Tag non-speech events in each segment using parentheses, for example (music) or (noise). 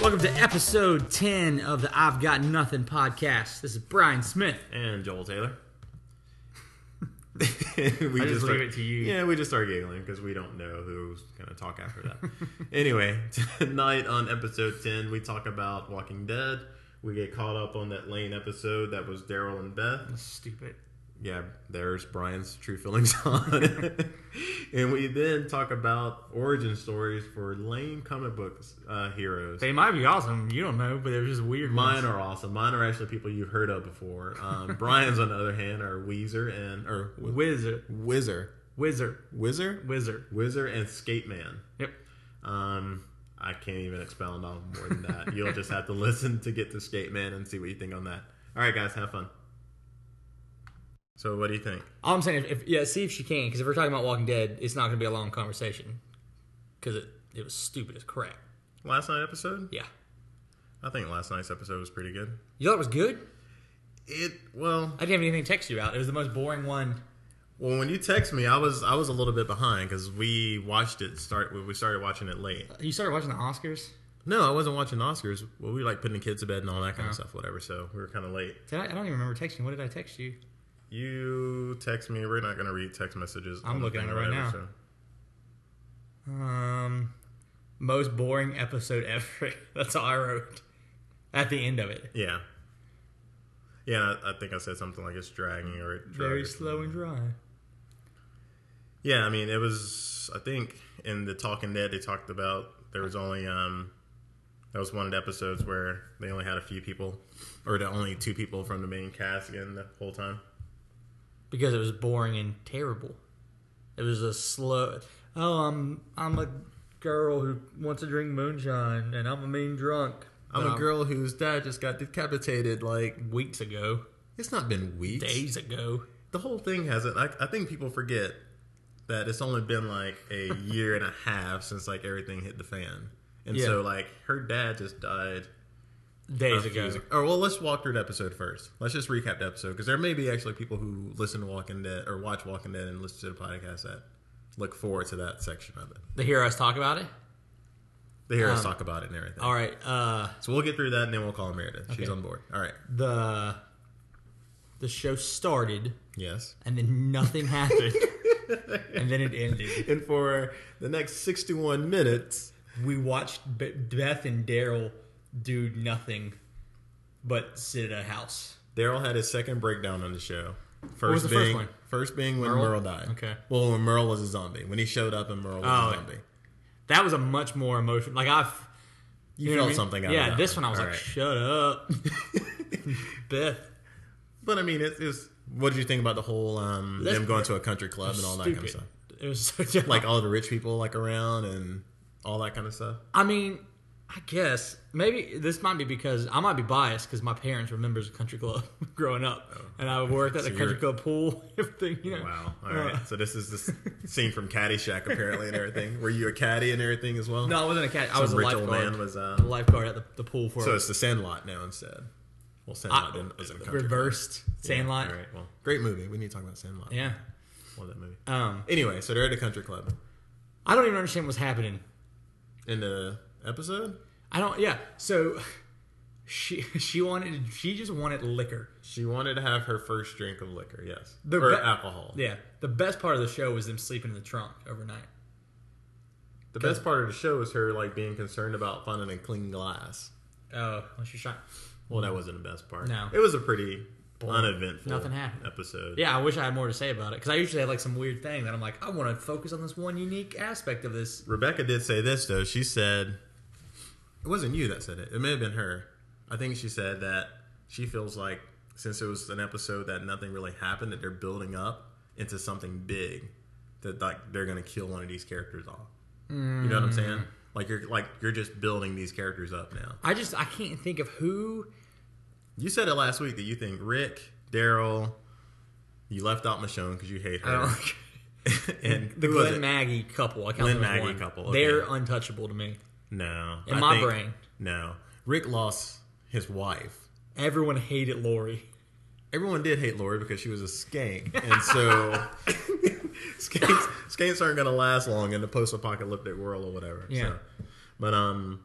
Welcome to episode 10 of the I've Got Nothing podcast. This is Brian Smith. And Joel Taylor. (laughs) we just leave start- it to you. Yeah, we just start giggling because we don't know who's going to talk (laughs) after that. anyway, (laughs) tonight on episode 10, we talk about Walking Dead. We get caught up on that Lane episode that was Daryl and Beth. Stupid. Yeah, there's Brian's true feelings (laughs) on it. and we then talk about origin stories for Lane comic books uh, heroes. They might be awesome. You don't know, but they're just weird. Mine ones. are awesome. Mine are actually people you've heard of before. (laughs) Um, Brian's, on the other hand, are Weezer and or Wi- Wizard. Whizzer, Wizard. Whizzer, Wizard. Whizzer, and Skate Man. Yep. Um, I can't even expound on more than that. You'll just have to (laughs) listen to get to Skate Man and see what you think on that. All right, guys, have fun. So, what do you think? All I'm saying, if, if yeah, see if she can, because if we're talking about Walking Dead, it's not going to be a long conversation, because it it was stupid as crap. Last night episode? Yeah. I think last night's episode was pretty good. You thought it was good? It well, I didn't have anything to text you about. It was the most boring one. well when you text me, I was I was a little bit behind because we watched it start. We started watching it late. You started watching the Oscars. No, I wasn't watching the Oscars. Well, we like putting the kids to bed and all that kind of stuff, whatever. So we were kind of late. Did I, I don't even remember texting. What did I text you? You text me. We're not gonna read text messages. I'm on the looking thing at or it right whatever, now. Um, most boring episode ever. (laughs) That's all I wrote at the end of it. So, yeah, yeah. I, I think I said something like it's dragging or it Very drags. slow and dry. Yeah, I mean it was. I think in the Talking Dead they talked about there was only um that was one of the episodes where they only had a few people or the only two people from the main cast again the whole time. Because it was boring and terrible. It was a slow. Oh, I'm I'm a girl who wants to drink moonshine, and I'm a mean drunk. I'm Um, a girl whose dad just got decapitated. Like Weeks ago, it's not been weeks. days ago. the whole thing hasn't. I, I think people forget that it's only been like (laughs) a year and a half since like everything hit the fan, and Yeah. so like her dad just died. Days a few ago. years Or well, let's walk through the episode first. Let's just recap the episode because there may be actually people who listen to Walking Dead or watch Walking Dead and listen to the podcast that look forward to that section of it. They hear us talk about it. They hear us Um, talk about it and everything. All right. Uh, So we'll get through that and then we'll call Meredith. She's Okay. on board. All right. the the show started Yes. and then nothing (laughs) happened and then it ended And for the next sixty-one minutes. we watched B- beth and daryl do nothing but sit at a house Daryl had his second breakdown on the show. was First the first being, one? being when Merle? Merle? died. Okay. Well, when Merle was a zombie. When he showed up and Merle was Oh, a zombie. that was a much more emotional like i've You, know what I felt mean? something out yeah of that this one i was All like right. shut up (laughs) beth But I mean, it's, it's what did you think about the whole um, That's- them going to a country club and all that kind of stupid stuff? it was so dumb. Like all the rich people like around and all that kind of stuff. I mean, I guess maybe this might be because I might be biased because my parents were members of country club (laughs) growing up, and I worked at the Oh. So country you're- Oh, club pool. Everything, you know. Wow. All Uh, right. so this is this scene from Caddyshack apparently and everything. Were you a caddy and everything as well? No, I wasn't a cat. I was a Some rich old man lifeguard. was. a Uh, lifeguard at the, the pool for so it's the Sandlot now instead. Well, Sandlot I, didn't, was in a country club. reversed Sandlot. Yeah, all right. Well, great movie. We need to talk about Sandlot. Yeah. Love that movie. Um, Anyway, so they're at a country club I don't even understand what's happening. in the episode. I don't. Yeah. So she (laughs) she wanted she just wanted liquor. She wanted to have her first drink of liquor. Yes, The or be- alcohol. Yeah. The best part of the show was them sleeping in the trunk overnight. The best part of the show is her like being concerned about finding a clean glass. Oh, when she shot. Well, that wasn't the best part. No. it was a pretty uneventful Nothing happened. episode. Yeah, I wish I had more to say about it because I usually have like some weird thing that I'm like, I want to focus on this one unique aspect of this. Rebecca did say this though. She said, "It wasn't you that said it. It may have been her. I think she said that she feels like since it was an episode that nothing really happened, that they're building up into something big. That like they're gonna kill one of these characters off. You Mm. know what I'm saying? Like you're like you're just building these characters up now. I just I can't think of who. You said it last week that you think Rick, Daryl, you left out Michonne because you hate I don't her, (laughs) and Oh. (laughs) the who was Glenn it? Maggie couple. I count Glenn them as Maggie one. couple, They're okay. untouchable to me. no, In I my think- brain. no. Rick lost his wife. Everyone hated Lori. everyone did hate Lori because she was a skank, and (laughs) so skanks, skanks aren't going to last long in the post-apocalyptic world or whatever. Yeah. So. But um,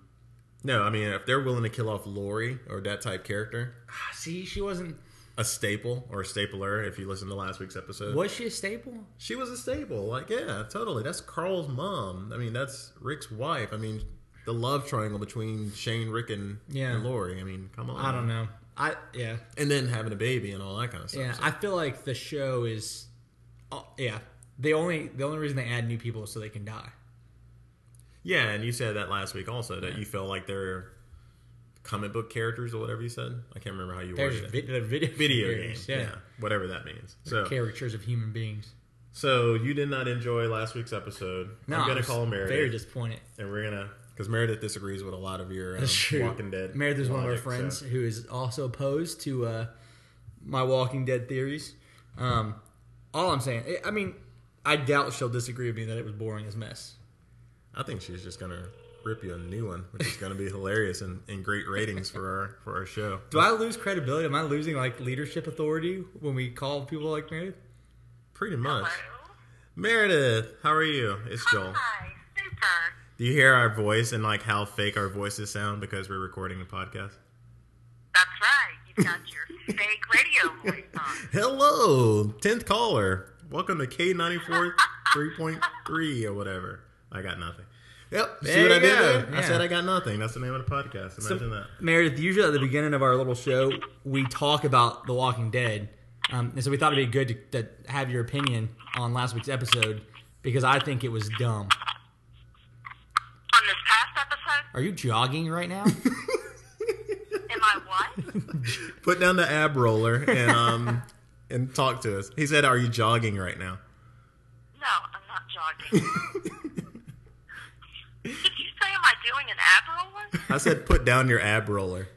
No, I mean if they're willing to kill off Lori or that type character, Ah, See, she wasn't. a staple or a stapler. If you listen to last week's episode, Was she a staple? she was a staple. Like yeah, totally. That's Carl's mom. I mean that's Rick's wife. I mean the love triangle between Shane, Rick, and, Yeah. and Lori. I mean come on. I don't know. I yeah And then having a baby and all that kind of stuff. yeah. So- I feel like the show is, oh, yeah. The only the only reason they add new people is so they can die. yeah, and you said that last week also that you feel like they're comic book characters or whatever you said. I can't remember how you There's worded it. vid- they're video Video games, games, yeah. whatever that means. So, Caricatures of human beings. so you did not enjoy last week's episode. No, I'm gonna was call Meredith. Very disappointed. and we're gonna because Meredith disagrees with a lot of your um, That's true. Walking Dead. Meredith's one of our logic, friends so- who is also opposed to uh, my Walking Dead theories. Um, all I'm saying, I- I mean, I doubt she'll disagree with me that it was boring as mess. I think she's just gonna rip you a new one, which is gonna be hilarious and, and great ratings for our for our show. Do I lose credibility? Am I losing like leadership authority when we call people like Meredith? Pretty much. Hello? Meredith, how are you? It's Joel. Hi, super. Do you hear our voice and like how fake our voices sound because we're recording the podcast? That's right. You've got your fake radio voice on. Hello, tenth caller. Welcome to K ninety four three point three or whatever. I got nothing. Yep. See There what I you did go. there? I Yeah. said I got nothing. That's the name of the podcast. Imagine that. Meredith, usually at the beginning of our little show, we talk about The Walking Dead. Um, and so we thought it'd be good to, to have your opinion on last week's episode because I think it was dumb. On this past episode, Are you jogging right now? am I what? Put down the ab roller and um (laughs) and talk to us. He said, "Are you jogging right now?" No, I'm not jogging. Did you say am I doing an ab roller? I said, "Put down your ab roller."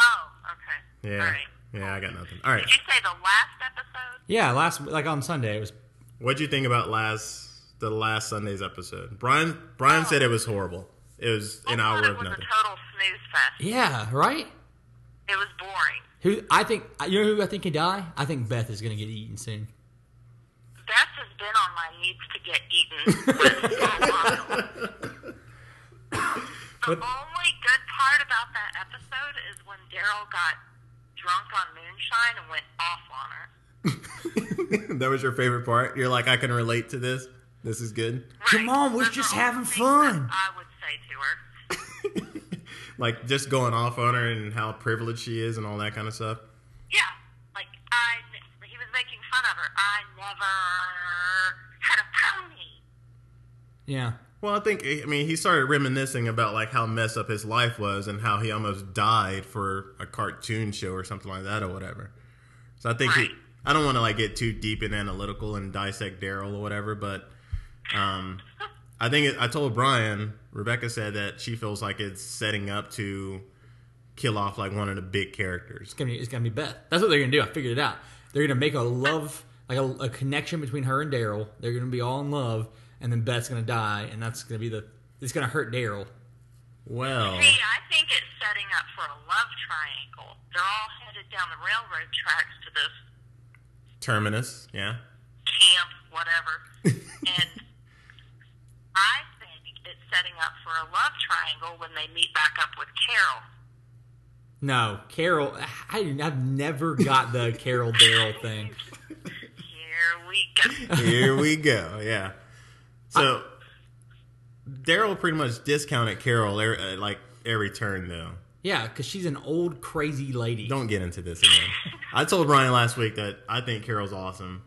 Oh, okay. Yeah. All right. Yeah, I got nothing. All right. Did you say the last episode? yeah, last like on Sunday it was What'd you think about last the last Sunday's episode? Brian Brian said it was horrible. It was an I hour thought it of was nothing. a total snooze fest. Yeah, right? It was boring. Who I think you know who I think can die? I think Beth is gonna get eaten soon. Beth has been on my needs to get eaten (laughs) list for a while. the only good part about that episode is when Daryl got drunk on moonshine and went off (laughs) on her. that was your favorite part. You're like, I can relate to this. This is good. Come on, we're Those just are all having things that fun. I would say to her. Like just going off on her and how privileged she is and all that kind of stuff. Yeah, like I, he was making fun of her. I never had a pony. Yeah. Well, I think I mean he started reminiscing about like how messed up his life was and how he almost died for a cartoon show or something like that or whatever. So I think he, Right. I don't want to like get too deep and analytical and dissect Daryl or whatever, but um, I think it, I told Brian Rebecca said that she feels like it's setting up to kill off like one of the big characters. It's gonna be it's gonna be Beth. That's what they're gonna do. I figured it out. They're gonna make a love like a, a connection between her and Daryl. They're gonna be all in love, and then Beth's gonna die, and that's gonna be the it's gonna hurt Daryl. Oh. Well, See, I think it's setting up for a love triangle. They're all headed down the railroad tracks to this terminus, yeah. camp, whatever. and (laughs) I think it's setting up for a love triangle when they meet back up with Carol. No, Carol. I, I've never got (laughs) the Carol Daryl thing. Here we go. Here (laughs) we go. Yeah. So Daryl pretty much discounted Carol er- uh, like every turn though. Yeah, because she's an old crazy lady. Don't get into this again. I told Brian last week that I think Carol's awesome,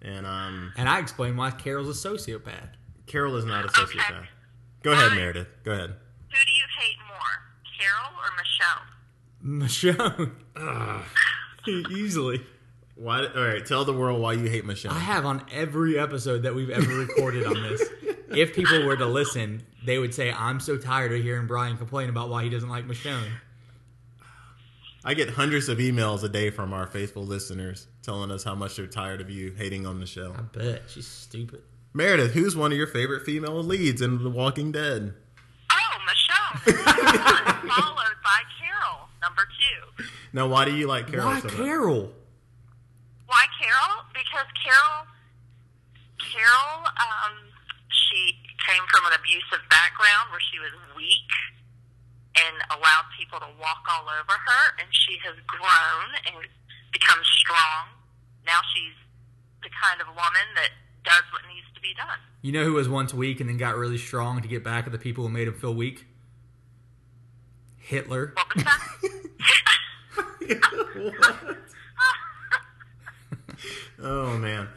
and um, and I explained why Carol's a sociopath. Carol is not a sociopath. Go ahead, Meredith. Go ahead. Who do you hate more, Carol or Michelle? Michonne. (laughs) Easily. Why? All right. Tell the world why you hate Michelle. I have on every episode that we've ever recorded on this. If people were to listen, they would say, I'm so tired of hearing Brian complain about why he doesn't like Michonne. I get hundreds of emails a day from our faithful listeners telling us how much they're tired of you hating on Michelle. I bet. She's stupid. Meredith, who's one of your favorite female leads in The Walking Dead? Oh, Michelle, number one, followed by Carol, number two. Now, why do you like Carol? why so much? Carol? Why Carol? Because Carol, Carol, um, she came from an abusive background where she was weak. and allowed people to walk all over her, and she has grown and become strong. Now she's the kind of woman that does what needs to be done. You know who was once weak and then got really strong to get back at the people who made him feel weak? Hitler. (laughs) What was that? Oh man.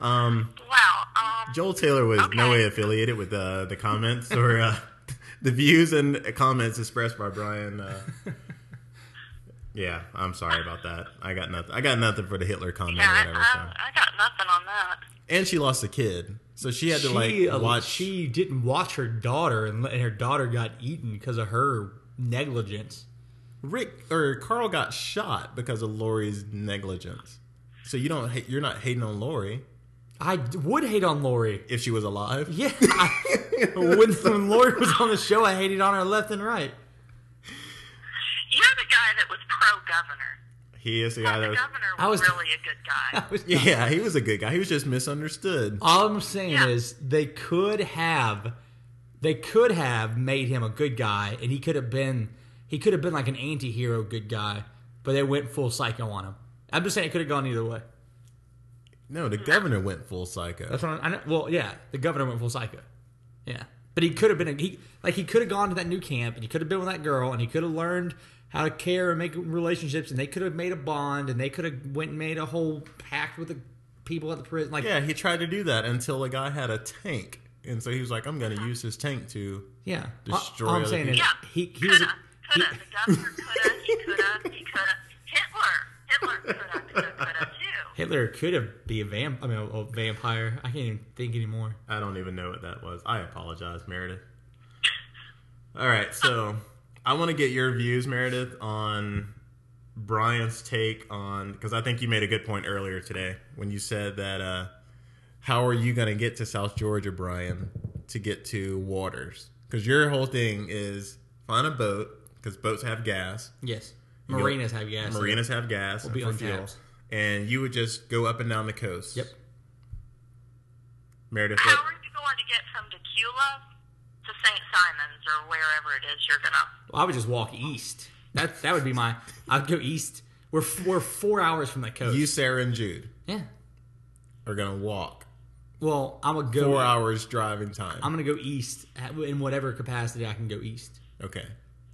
Um, well, um, Joel Taylor was no Okay. way affiliated with uh, the comments or uh, (laughs) the views and comments expressed by Brian. Uh, yeah, I'm sorry about that. I got nothing. I got nothing for the Hitler comment yeah, or I, um, whatever. so. I, I got nothing on that. And she lost a kid, so she had to she, like uh, watch. she didn't watch her daughter, and, let- and her daughter got eaten because of her negligence. Rick or Carl got shot because of Lori's negligence. So you don't hate, you're not hating on Lori I d- would hate on Lori. if she was alive. Yeah. (laughs) I- when, when Lori was on the show, I hated on her left and right. (laughs) You're the guy that was pro governor. He is the guy that the was. governor I was, was- really a good guy. I was not- (laughs) Yeah, he was a good guy. He was just misunderstood. All I'm saying Yeah. is they could have they could have made him a good guy and he could have been he could have been like an anti-hero good guy, but they went full psycho on him. I'm just saying it could have gone either way. No, the governor went full psycho. That's what I'm, I know, well, yeah, the governor went full psycho. Yeah. But he could have been a, he like he could have gone to that new camp and he could have been with that girl and he could have learned how to care and make relationships and they could have made a bond and they could have went and made a whole pact with the people at the prison like Yeah, he tried to do that until the guy had a tank, and so he was like, "I'm going to use his tank to." Yeah. Destroy All I'm other saying is people. he, he Yeah. was. Coulda, he- coulda. The governor coulda, he coulda, he coulda. Hitler, Hitler coulda, coulda, coulda too. Hitler could have be a vamp. I mean, a, a vampire. I can't even think anymore. I don't even know what that was. I apologize, Meredith. All right, so I want to get your views, Meredith, on Brian's take on because I think you made a good point earlier today when you said that uh, how are you going to get to South Georgia, Brian, to get to Waters? Because your whole thing is find a boat because boats have gas, Yes. go- Marinas have gas. marinas have gas, and be for on fuel, tabs. and you would just go up and down the coast. Yep. Meredith, How what, are you going to get from Tequila to St. Simons or wherever it is you're gonna? Well, I would just walk east. That that would be my. I'd go east. We're f- we're four hours from the coast. you, Sarah, and Jude. yeah. are gonna walk Well, I'm gonna go. four hours driving time. I'm gonna go east at- in whatever capacity I can go east. okay,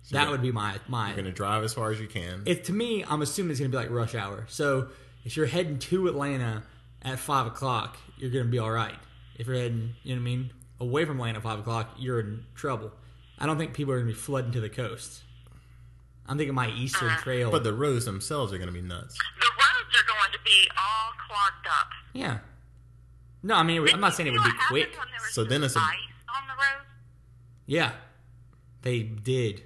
so That you're would be my my. gonna drive as far as you can. If to me, I'm assuming it's gonna be like rush hour. So if you're heading to Atlanta at five o'clock, you're gonna be all right. If you're heading, you know what I mean, away from Atlanta at five o'clock, you're in trouble. I don't think people are gonna be flooding to the coast. I'm thinking my eastern Ah. trail. but the roads themselves are gonna (laughs) be nuts. The roads are going to be all clogged up. yeah. No, I mean, it would- I'm not saying it would See be what happened quick. when there was So then just it's a- ice on the road. Yeah, they did.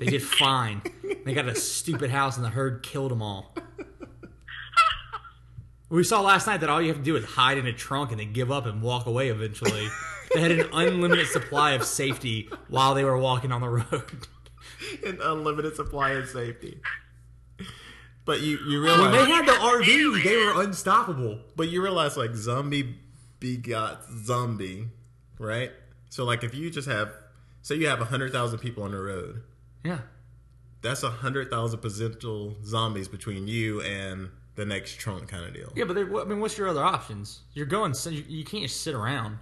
they did fine. They got a stupid house, and the herd killed them all. We saw last night that all you have to do is hide in a trunk and then give up and walk away eventually. they had an unlimited supply of safety while they were walking on the road. An unlimited supply of safety. But you you When realize, they had the RV, they were unstoppable. but you realize like zombie begot zombie, right? So like if you just have, say you have hundred thousand people on the road, Yeah. that's hundred thousand potential zombies between you and the next trunk kind of deal. Yeah, but they- I mean, what's your other options? You're going. so You you can't just sit around.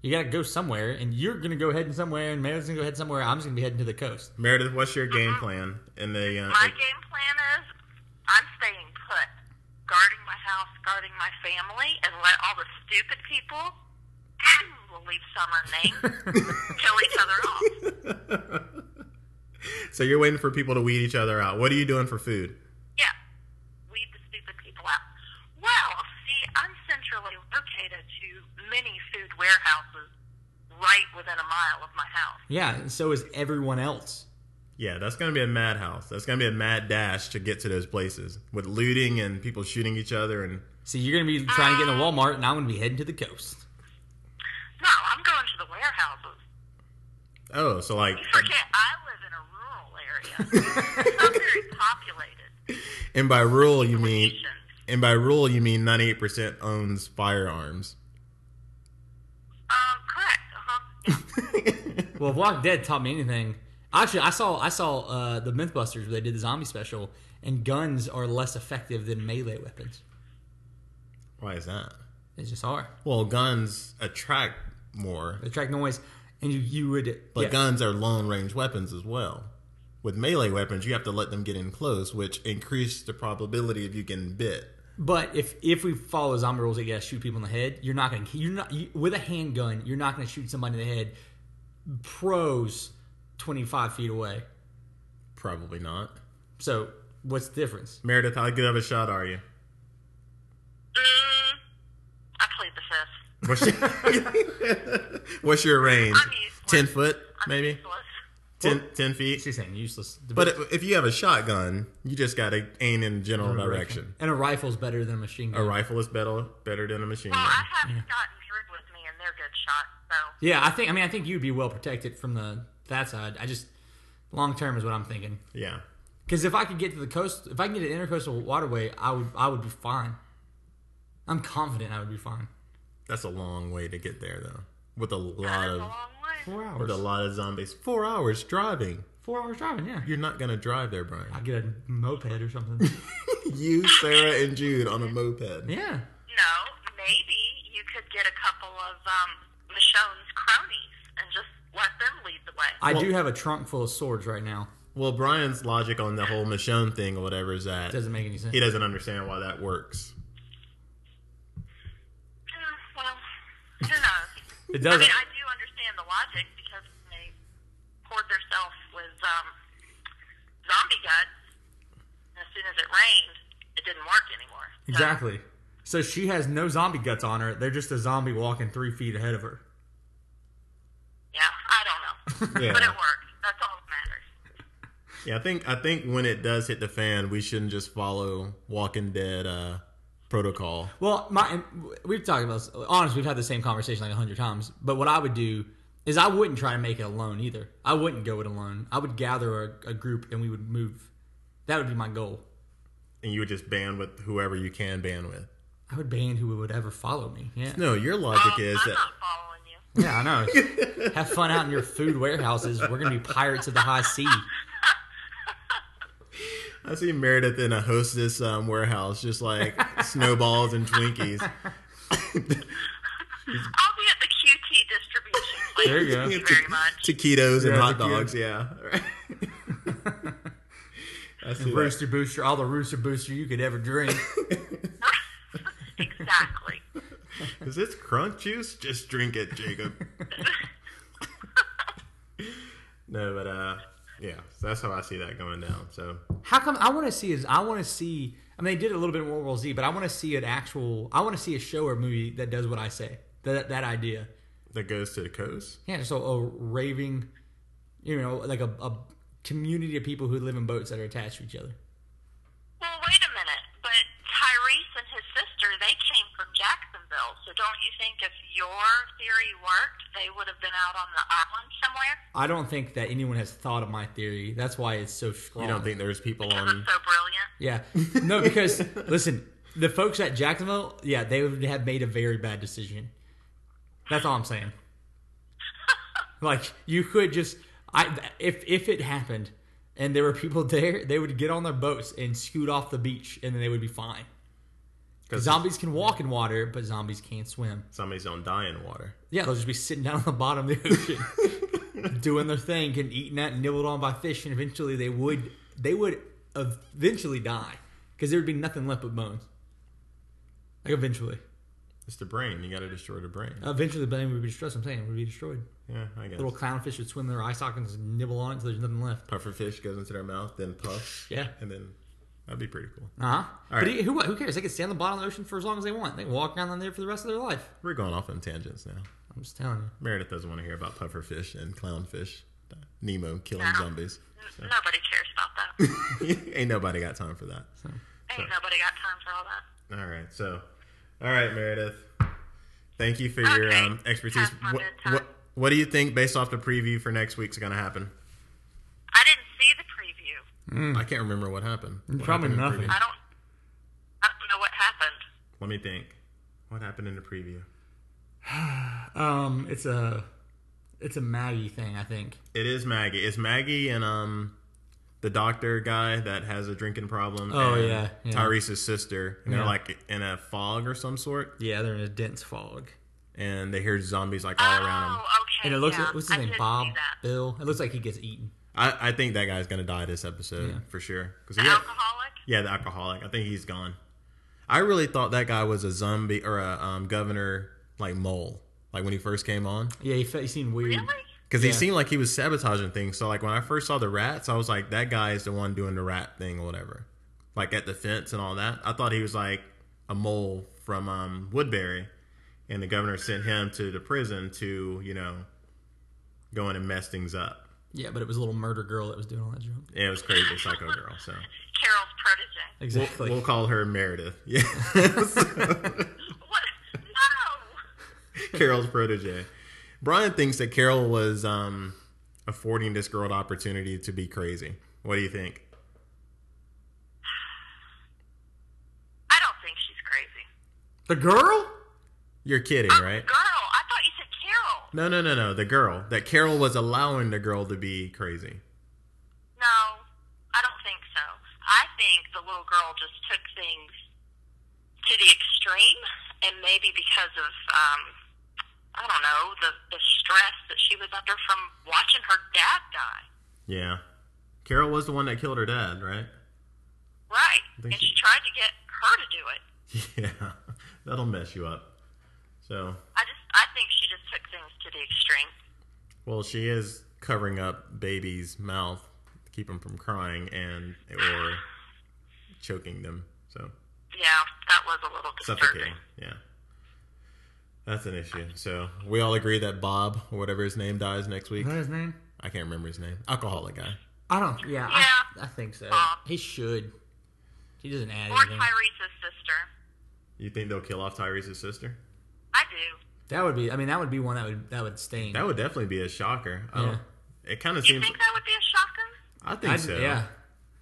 You got to go somewhere, and you're going to go heading somewhere, and Meredith's going to go head somewhere. I'm just going to be heading to the coast. Meredith, what's your game plan in the? Uh, My game plan is I'm staying put, guarding my house, guarding my family, and let all the stupid people, (clears throat) we'll leave some unnamed, (laughs) kill each other off. So you're waiting for people to weed each other out. What are you doing for food? Yeah, weed the stupid people out. Well, see, I'm centrally located to many food warehouses right within a mile of my house. Yeah, and so is everyone else. Yeah, that's gonna be a madhouse. That's gonna be a mad dash to get to those places with looting and people shooting each other. And So you're gonna be trying to get in the Walmart, and I'm gonna be heading to the coast. No, I'm going to the warehouses. oh, so like You forget, I live in a rural area. (laughs) I'm very populated. and by rural you mean Nations. and by rural you mean 98% owns firearms. Um, correct. Uh-huh. Well, if Walk Dead taught me anything, Actually, I saw I saw uh, the MythBusters where they did the zombie special, and guns are less effective than melee weapons. Why is that? They just are. Well, guns attract more, They attract noise, and you you would but yeah. guns are long range weapons as well. With melee weapons, you have to let them get in close, which increases the probability of you getting bit. But if if we follow zombie rules, I guess shoot people in the head. You're not going to you're not you, with a handgun. You're not going to shoot somebody in the head. Pros twenty five feet away. Probably not. So what's the difference? Meredith, how good of a shot are you? Mm, I plead the fifth. What's your, (laughs) what's your range? I'm useless. Ten foot, I'm maybe Useless. ten, ten feet. She's saying useless. But if- if you have a shotgun, you just gotta aim in a general direction. and a rifle's better than a machine gun. A rifle is better better than a machine Well, gun. I have Scott and Drew with me, and they're good shots, so Yeah, I think I mean I think you'd be well protected from the that side. I just long term is what I'm thinking. Yeah, Because if I could get to the coast, if I can get to intercoastal waterway, I would I would be fine. I'm confident I would be fine. that's a long way to get there though. With a lot that's a of long way. Four hours. with a lot of zombies. Four hours driving. Four hours driving. Yeah. You're not gonna drive there, Brian. I get a moped or something. (laughs) You, Sarah, and Jude on a moped. yeah. No, maybe you could get a couple of um, Michonne's cronies and just let them lead the way. I Well- do have a trunk full of swords right now. Well, Brian's logic on the whole Michonne thing or whatever is that Doesn't make any sense. he doesn't understand why that works. Mm, well, who knows? It I doesn't. mean, I do understand the logic because they poured themselves with um, zombie guts, and as soon as it rained, it didn't work anymore. So, Exactly. So she has no zombie guts on her. They're just a zombie walking three feet ahead of her. yeah, I (laughs) don't know, Yeah. but it worked. That's all that matters. Yeah, I think I think when it does hit the fan, we shouldn't just follow Walking Dead uh, protocol. Well, my and we've talked about this. Honest, we've had the same conversation like a hundred times. But what I would do is I wouldn't try to make it alone either. I wouldn't go it alone. I would gather a, a group and we would move. That would be my goal. and you would just ban with whoever you can ban with. I would ban who would ever follow me. Yeah. No, your logic Um, is I'm that not following you. Yeah, I know. (laughs) Have fun out in your food warehouses. We're gonna be pirates of the high sea. I see Meredith in a hostess um, warehouse, just (laughs) like snowballs and Twinkies. I'll be at the QT distribution place. There you go. Thank you very much. Taquitos and Yeah, hot taquitos. dogs, yeah. (laughs) I see that. Rooster booster, all the rooster booster you could ever drink. exactly. Is this crunk juice? Just drink (laughs) it, Jacob. no, but uh, yeah, so that's how I see that going down. So How come I want to see is I want to see. I mean, they did it a little bit in World War Z, but I want to see an actual. I want to see a show or movie that does what I say. That that idea. that goes to the coast. Yeah, just a, a raving, you know, like a, a community of people who live in boats that are attached to each other. Well, wait a minute. But Tyrese and his sister, they came from Jacksonville. So don't you think if your theory worked, they would have been out on the island somewhere? I don't think that anyone has thought of my theory. That's why it's so strong. You don't think there's people Because Um, on? it's so brilliant. Yeah. No, because (laughs) listen, the folks at Jacksonville, yeah, they would have made a very bad decision. That's all I'm saying. (laughs) Like you could just, I if if it happened, and there were people there, they would get on their boats and scoot off the beach, and then they would be fine. Because Zombies can walk in water, but zombies can't swim. Zombies don't die in water. Yeah, they'll just be sitting down on the bottom of the ocean, (laughs) doing their thing, getting eaten at and nibbled on by fish, and eventually they would they would eventually die because there would be nothing left but bones. Like eventually, It's the brain. You got to destroy the brain. eventually the bone would be destroyed. I'm saying it would be destroyed. Yeah, I guess. Oh. Little clownfish would swim in their eye sockets and nibble on it, so there's nothing left. puffer fish goes into their mouth, then puffs. Yeah. And then that'd be pretty cool. Uh huh. But right. he- who who cares? They can stay on the bottom of the ocean for as long as they want. They can walk around on there for the rest of their life. We're going off on tangents now. I'm just telling you. Meredith doesn't want to hear about puffer fish and clownfish. Nemo killing No. zombies. (laughs) N- Nobody cares about (laughs) that. Ain't nobody got time for that. Ain't nobody got time for all that. All right. So, all right, Meredith. Thank you for your Okay. um, expertise. Have fun What, at time. what, what do you think, based off the preview for next week's going to happen? I didn't see the preview. I can't remember what happened. What Hmm. Probably happened in the nothing. preview? I don't. I don't know what happened. Let me think. What happened in the preview? Um, it's a It's a Maggie thing, I think. It is Maggie. It's Maggie and um the doctor guy that has a drinking problem. Oh, and yeah, yeah. Tyrese's sister. And Yeah. they're like in a fog or some sort, Yeah, they're in a dense fog. and they hear zombies like all around Oh, them. okay. And it looks yeah. what's I his name? did see Bob? that. Bill? It looks like he gets eaten. I, I think that guy's gonna die this episode Yeah. for sure. Because The alcoholic? yeah, the alcoholic. I think he's gone. I really thought that guy was a zombie or a um, governor like mole, like when he first came on. Yeah, he, fe- he seemed weird. Really? Because he Yeah. seemed like he was sabotaging things. So like when I first saw the rats, I was like, that guy is the one doing the rat thing or whatever. Like at the fence and all that. I thought he was like a mole from um, Woodbury, and the governor sent him to the prison to you know go in and mess things up. Yeah, but it was a little murder girl that was doing all that junk. And it was crazy, psycho girl. So Carol's protege. Exactly. we'll call her Meredith. (laughs) Yeah, (laughs) What? No. Carol's protege. Brian thinks that Carol was um, affording this girl the opportunity to be crazy. What do you think? I don't think she's crazy. the girl? You're kidding, Oh, right? Girl, I thought you said Carol. No, no, no, no. The girl that Carol was allowing the girl to be crazy. No, I don't think so. I think the little girl just took things to the extreme, and maybe because of um, I don't know the the stress that she was under from watching her dad die. Yeah, Carol was the one that killed her dad, right? (laughs) Right, Thank and you. she tried to get her to do it. Yeah, that'll mess you up. So, I just I think she just took things to the extreme. well, she is covering up baby's mouth, to keep him from crying and or choking them. So Yeah, that was a little suffocating. disturbing. Yeah, that's an issue. So we all agree that Bob, or whatever his name, dies next week. Is that his name? I can't remember his name. Alcoholic guy. I don't. Yeah, Yeah. I, I think so. Uh, he should. He doesn't add Or anything. Tyrese's sister. You think they'll kill off Tyrese's sister? I do. That would be. I mean, that would be one that would that would stain. That would definitely be a shocker. I don't, it kind of You seems. think that would be a shocker? I think I'd- so. Yeah.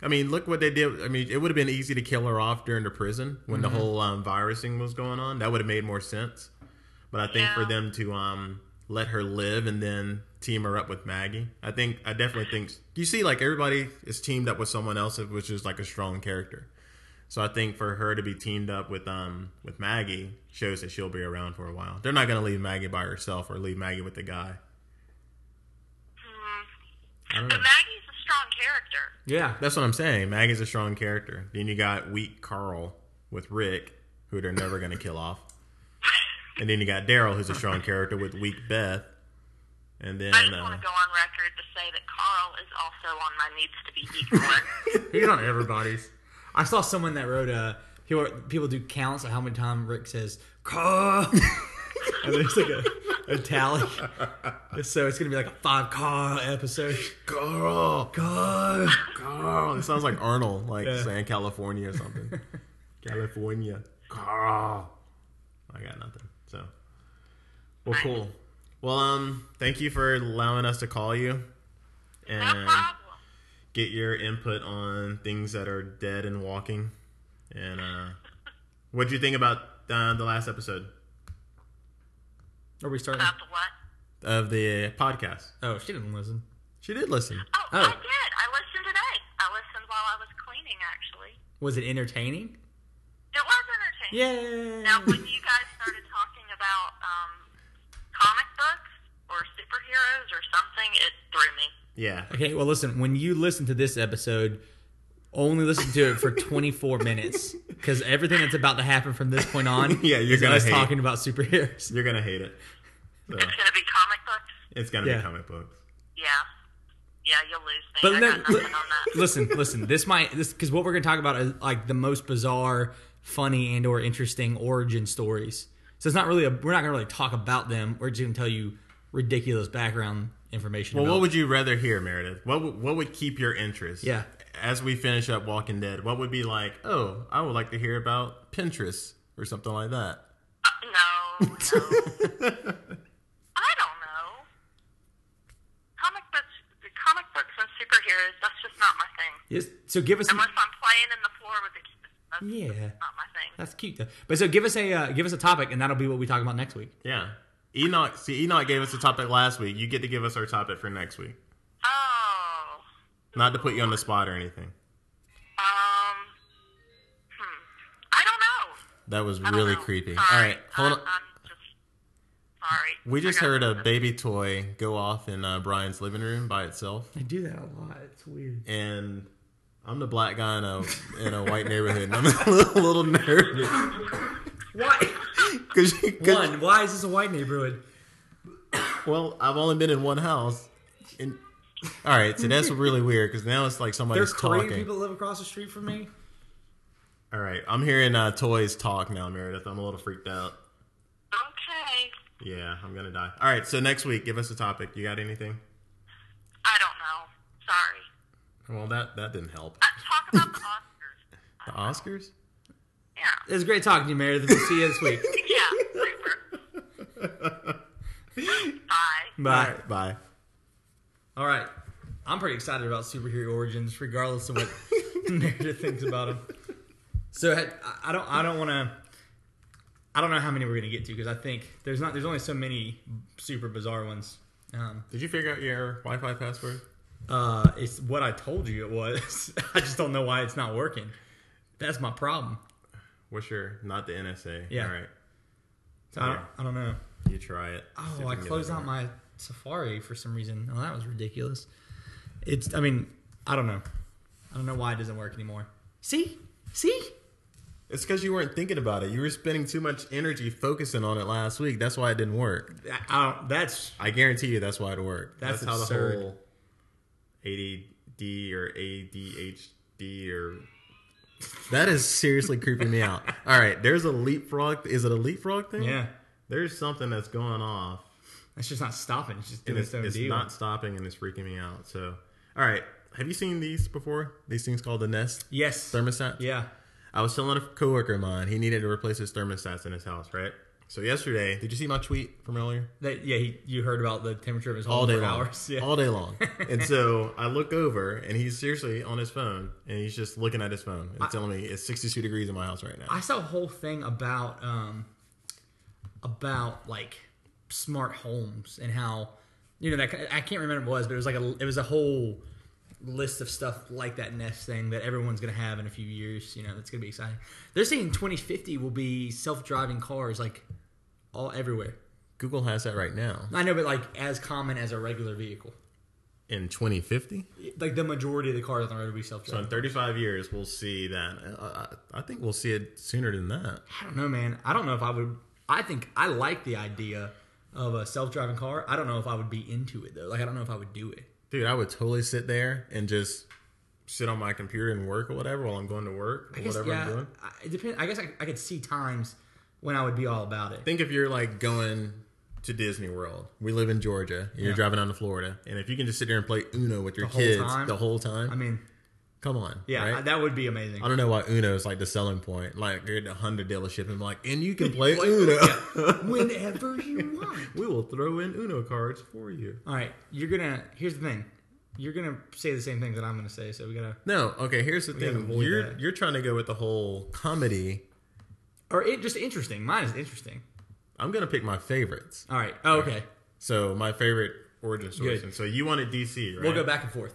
I mean, look what they did. I mean, it would have been easy to kill her off during the prison when the whole um, virus thing was going on. That would have made more sense. But I think for Yeah. them to um, let her live and then team her up with Maggie, I think I definitely think you see like everybody is teamed up with someone else, which is like a strong character. So I think for her to be teamed up with um with Maggie shows that she'll be around for a while. They're not gonna leave Maggie by herself or leave Maggie with the guy. I don't know. Hmm. But Maggie's a strong character. Yeah. That's what I'm saying. Maggie's a strong character. Then you got weak Carl with Rick, who they're never going to kill off. And then you got Daryl, who's a strong character with weak Beth. And then I just uh, want to go on record to say that Carl is also on my needs to be (laughs) equal. list. He's on (laughs) everybody's. I saw someone that wrote uh people people do counts of how many times Rick says (laughs) car, and there's like a, a tally. So it's gonna be like a five car episode. Carl, Car. Carl. It sounds like Arnold, like Yeah. saying California (laughs) or something. California, Carl. I got nothing. So, well, cool. Well, um, thank you for allowing us to call you. no And (laughs) problem. get your input on things that are dead and walking. And uh, what'd you think about uh, the last episode Are we starting? About the what? of the podcast? Oh, she didn't listen. She did listen. Oh, Oh. I did. I listened today. I listened while I was cleaning, actually. Was it entertaining? It was entertaining. Yay! Now, when you guys started talking about um, comic books or superheroes or something, it threw me. Yeah. (laughs) Okay, well, listen. When you listen to this episode, only listen to (laughs) it for 24 minutes because everything that's about to happen from this point on, (laughs) Yeah, you're is gonna us hate. talking about superheroes. You're going to hate it. So, Uh. It's going to be comic books? it's going to Yeah. be comic books. Yeah. Yeah, you'll lose me. But I no, got nothing on that. listen, listen. This might this because what we're gonna talk about is like the most bizarre, funny, and or interesting origin stories. So it's not really a we're not gonna really talk about them. We're just gonna tell you ridiculous background information. Well, about what would you rather hear, Meredith? What would, what would keep your interest? Yeah. As we finish up Walking Dead, what would be like, oh, I would like to hear about Pinterest or something like that? Uh, No, (laughs) no. I don't know. Comic books, comic books and superheroes. That's just not my thing. Yes, so give us Unless I'm playing in the floor with the kids. That's yeah. not my thing. That's cute though. But so give us a uh, give us a topic, and that'll be what we talk about next week. Yeah. Enoch, see, Enoch gave us the topic last week. You get to give us our topic for next week. Oh. Not to put you on the spot or anything. Um. Hmm. I don't know. That was I don't really know. creepy. Sorry. All right, hold I'm, on. I'm just sorry. We just I got- heard a baby toy go off in uh, Brian's living room by itself, I do that a lot. It's weird. and I'm the black guy in a in a white neighborhood, and I'm (laughs) a little, little nervous (laughs) Why? because One, why is this a white neighborhood? well, I've only been in one house, and all right, so that's really weird because now it's like There's somebody's Korean talking. people that live across the street from me. All right, I'm hearing uh, toys talk now, Meredith. I'm a little freaked out. Okay. Yeah, I'm gonna die. All right, so next week, give us a topic. You got anything? I don't know. Sorry. Well, that that didn't help. Uh, talk (laughs) about the Oscars. The Oscars. Yeah. It was great talking to you, Meredith. We'll see you this (laughs) week. Yeah. Super. Bye. Bye. Bye. (laughs) All right. I'm pretty excited about superhero origins, regardless of what (laughs) Meredith thinks about them. So I- I don't. I don't want to. I don't know how many we're gonna get to because I think there's not. There's only so many super bizarre ones. Um, Did you figure out your Wi-Fi password? uh, it's what I told you it was. (laughs) I just don't know why it's not working. That's my problem. What's your? Not the NSA. Yeah. All right. So I, don't, I don't know. You try it. See Oh, if I you can get closed it out going. my Safari for some reason. Oh, that was ridiculous. It's. I mean, I don't know. I don't know why it doesn't work anymore. See, see. It's because you weren't thinking about it. You were spending too much energy focusing on it last week. That's why it didn't work. I- I don't, that's I guarantee you, that's why it worked. That's how absurd. the whole ADD or ADHD or (laughs) that is seriously creeping me (laughs) out. All right, there's a leapfrog. Is it a leapfrog thing? yeah. There's something that's going off, That's just not stopping. It's just and doing it's, its, own it's deal. not stopping, and it's freaking me out. So, all right, have you seen these before? These things called the Nest yes. thermostat. yeah. I was telling a coworker of mine he needed to replace his thermostats in his house, right? So yesterday, did you see my tweet from earlier? That, yeah. He, you heard about the temperature of his home All day for long, (laughs) hours. Yeah. all day (laughs) long. and so I look over, and he's seriously on his phone, and he's just looking at his phone and telling me it's 62 degrees in my house right now. I saw a whole thing about um, about like smart homes and how you know that ki- I can't remember what it was, but it was like a it was a whole list of stuff like that Nest thing that everyone's gonna have in a few years. You know, that's gonna be exciting. They're saying 2050 will be self driving cars like all everywhere. Google has that right now I know, but like as common as a regular vehicle. in 2050. like the majority of the cars on the road will be self So in driving. 35 years, we'll see that. I, I, I think we'll see it sooner than that. I don't know, man. I don't know if I would. I think I like the idea of a self driving car. I don't know if I would be into it though. Like I don't know if I would do it. Dude, I would totally sit there and just sit on my computer and work or whatever while I'm going to work or I guess whatever yeah. I'm doing. I, it depends. I guess I, I could see times when I would be all about it. Think if you're like going to Disney World. We live in Georgia. And you're Yeah. driving down to Florida, and if you can just sit there and play Uno with your The whole kids time? the whole time, I mean, come on, yeah, right? I- that would be amazing. I don't know why Uno is like the selling point. Like you're at the Honda dealership and like, and (laughs) you can play Uno. Whenever you want. (laughs) we will throw in Uno cards for you. All right, you're gonna. Here's the thing. You're gonna say the same thing that I'm gonna say. So we gotta. No, okay. Here's the gotta thing. avoid You're that. you're trying to go with the whole comedy. Or it just interesting. Mine is interesting. I'm gonna pick my favorites. All right. Oh, okay. So my favorite origin stories. Good. And so you wanted DC, right? We'll go back and forth.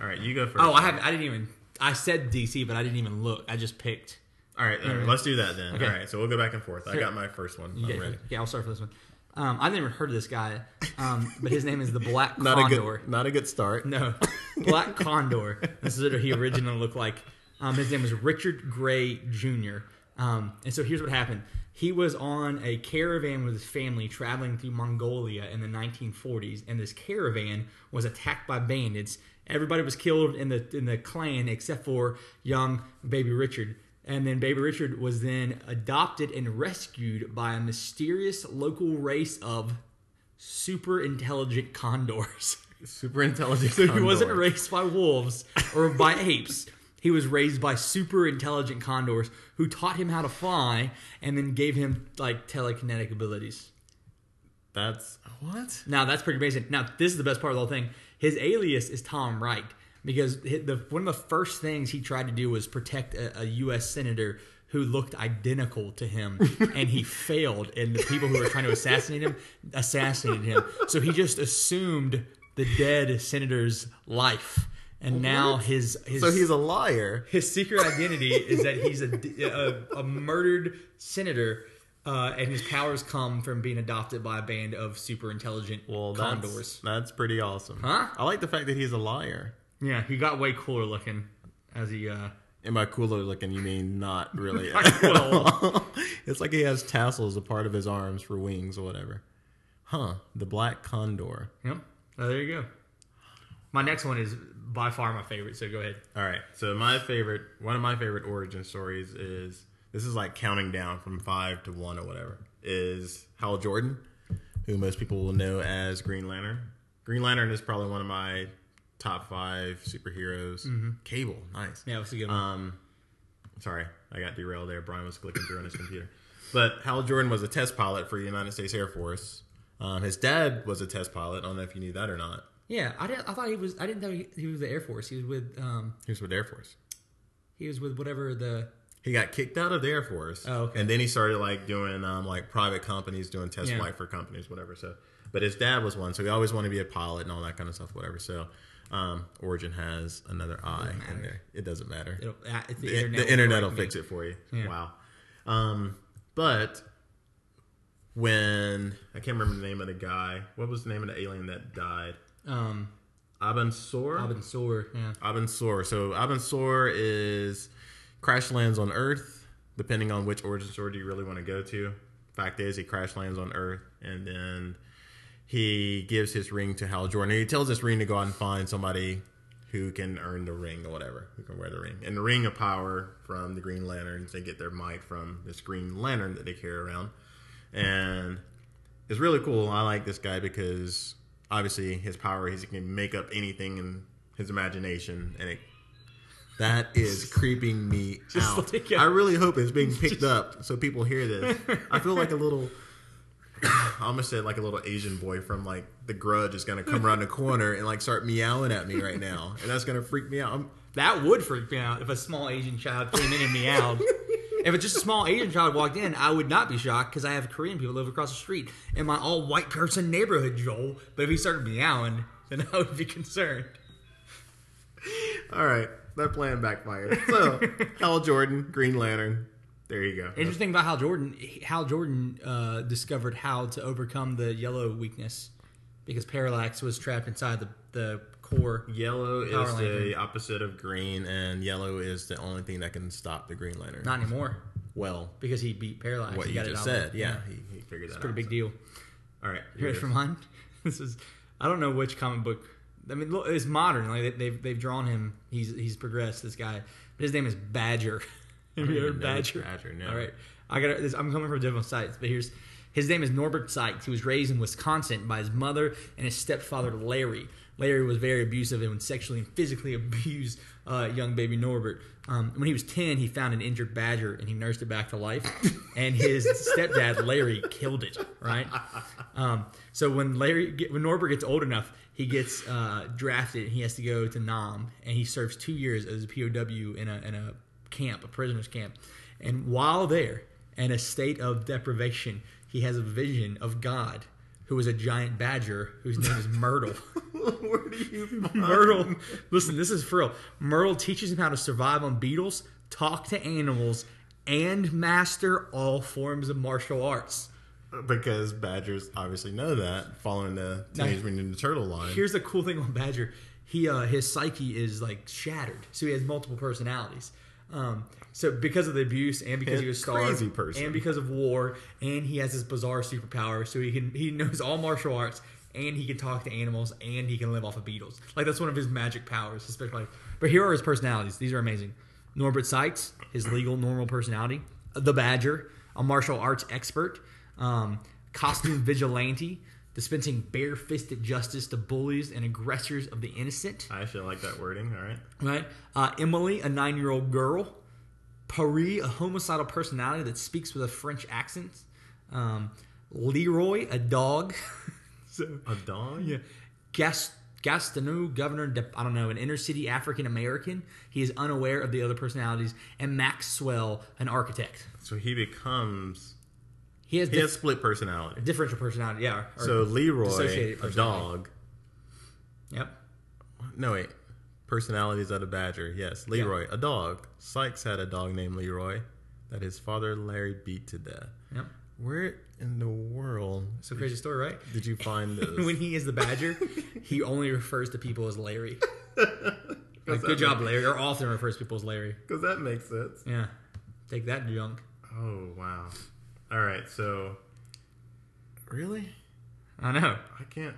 All right, you go first. Oh, I haven't. I didn't even. I said DC, but I didn't even look. I just picked. All right, all right, let's do that then. Okay. All right, so we'll go back and forth. I Sure. got my first one. I'm Yeah, (laughs) ready. yeah, I'll start for this one. Um, I've never heard of this guy, um, but his name is the Black (laughs) Not Condor. a good, not a good start. No, (laughs) Black Condor. This is what he originally looked like. Um, his name was Richard Gray Jr. Um, and so here's what happened. He was on a caravan with his family traveling through Mongolia in the 1940s, and this caravan was attacked by bandits. Everybody was killed in the in the clan except for young baby Richard. And then baby Richard was then adopted and rescued by a mysterious local race of super intelligent condors. (laughs) Super intelligent. So he wasn't condor. raised by wolves or by apes. He was raised by super intelligent condors who taught him how to fly and then gave him like telekinetic abilities. That's what? Now that's pretty amazing. Now this is the best part of the whole thing. His alias is Tom Reich because hi- the, one of the first things he tried to do was protect a, a U.S. senator who looked identical to him, (laughs) and he failed. And the people who were trying to assassinate him assassinated him. So he just assumed the dead senator's life, and now his his So he's a liar. his secret identity is that he's a, a, a murdered senator, uh, and his powers come from being adopted by a band of super intelligent Well, that's, condors. that's pretty awesome. Huh? I like the fact that he's a liar. Yeah, he got way cooler looking as he. Uh, And by cooler looking, you mean not (laughs) really. Not cool at it's like he has tassels a part of his arms for wings or whatever. Huh? The black condor. yep. Oh, there you go. My next one is by far my favorite. So go ahead. All right. So my favorite, one of my favorite origin stories is this is like counting down from five to one or whatever. Is Hal Jordan, who most people will know as Green Lantern. Green Lantern is probably one of my top five superheroes. Mm-hmm. Cable, nice. Yeah, that's a good one. Um, sorry, I got derailed there. Brian was clicking through on his computer. But Hal Jordan was a test pilot for the United States Air Force. Um, his dad was a test pilot. I don't know if you knew that or not. yeah, I, didn't, I thought he was. I didn't know he, he was the Air Force. He was with. Um, He was with the Air Force. he was with whatever the. He got kicked out of the Air Force. Oh, okay. And then he started like doing um, like private companies, doing test Yeah. flight for companies, whatever. So, but his dad was one, so he always wanted to be a pilot and all that kind of stuff, whatever. So, um, Origin has another eye in matter. there. It doesn't matter. It'll, uh, it's the, the, internet. the internet will correct me. fix it for you. Yeah. Wow. Um, but when I can't remember the name of the guy. What was the name of the alien that died? Um, Abensor. Robin Soar. Yeah. Abensor. Mm-hmm. So Abensor is crash lands on Earth, depending on which origin story do you really want to go to. Fact is, he crash lands on Earth, and then he gives his ring to Hal Jordan. He tells this ring to go out and find somebody who can earn the ring or whatever, who can wear the ring. And the ring of power from the Green Lanterns, they get their might from this Green Lantern that they carry around. And it's really cool. I like this guy because obviously his power is he can make up anything in his imagination, and it that is creeping me out. like a- I really hope it's being picked up so people hear this. I feel like a little. (coughs) I almost said like a little Asian boy from like The Grudge is gonna come around the corner and like start meowing at me right now, and that's gonna freak me out. I'm, That would freak me out if a small Asian child came in and meowed. (laughs) if it's just a small Asian child walked in, I would not be shocked because I have Korean people live across the street in my all white person neighborhood, Joel. But if he started meowing, then I would be concerned. all right, that plan backfired. So Hal Jordan, Green Lantern. There you go. Interesting about Hal Jordan. he- Hal Jordan uh, discovered how to overcome the yellow weakness because Parallax was trapped inside the, the core. Yellow Power is Lantern. the opposite of green, and yellow is the only thing that can stop the Green Lantern. Not anymore well, because he beat Parallax. what He you got it just out. said. Yeah, he, he figured that out. Pretty big deal. so- (laughs) All right, here it Here's is. (laughs) from mine. This is I don't know which comic book. I mean, look, it's modern. Like they, they've they've drawn him. He's he's progressed. This guy, but his name is Badger. (laughs) Have you don't heard even know Badger? Badger, no. All right, I got. This, I'm coming from different sites, but here's his name is Norbert Sykes. He was raised in Wisconsin by his mother and his stepfather Larry. Larry was very abusive and would sexually and physically (laughs) abuse uh, young baby Norbert. Um, when he was 10, he found an injured badger and he nursed it back to life. (laughs) And his stepdad, Larry, killed it, right? Um, so when Larry, get- when Norbert gets old enough, he gets uh, drafted. and He has to go to Nam, and he serves two years as a POW in a in a camp, a prisoners camp. And while there, in a state of deprivation, he has a vision of God, who is a giant badger whose name is Myrtle. (laughs) Where do you find- Myrtle, listen, this is for real. Myrtle teaches him how to survive on beetles, talk to animals, and master all forms of martial arts. Because Badgers obviously know that, following the Teenage Mutant Ninja Turtle line. here's the cool thing about Badger. He uh, his psyche is like shattered, so he has multiple personalities. Um, so because of the abuse and because he was He's a starved, crazy person. and because of war, and he has this bizarre superpower, so he can he knows all martial arts, and he can talk to animals, and he can live off of beetles. Like that's one of his magic powers, his special. But here are his personalities. These are amazing. Norbert Sykes, his legal normal personality, the Badger, a martial arts expert, um, costume vigilante, dispensing bare-fisted justice to bullies and aggressors of the innocent. I actually like that wording. All right. Right? Uh, Emily, a nine year old girl. Paris, a homicidal personality that speaks with a French accent. Um, Leroy, a dog. (laughs) so, A dog? yeah. Gas- Gastineau, governor, de, I don't know, an inner city African American. He is unaware of the other personalities. And Maxwell, an architect. So he becomes He has he dif- has split personality. differential personality. Yeah. or- So Leroy, dissociated a personality. dog. Yep. No wait, personalities of a badger. Yes, Leroy, a dog. Sykes had a dog named Leroy that his father Larry beat to death. Yep. Where in the world So crazy story, right? did you (laughs) find (laughs) this? When he is the Badger, he only refers to people as (laughs) Larry. Like, that good job, make- Larry. Or often refers to people as Larry. Because that makes sense. Yeah. Take that junk. Oh wow. All right, so really, I know. I can't.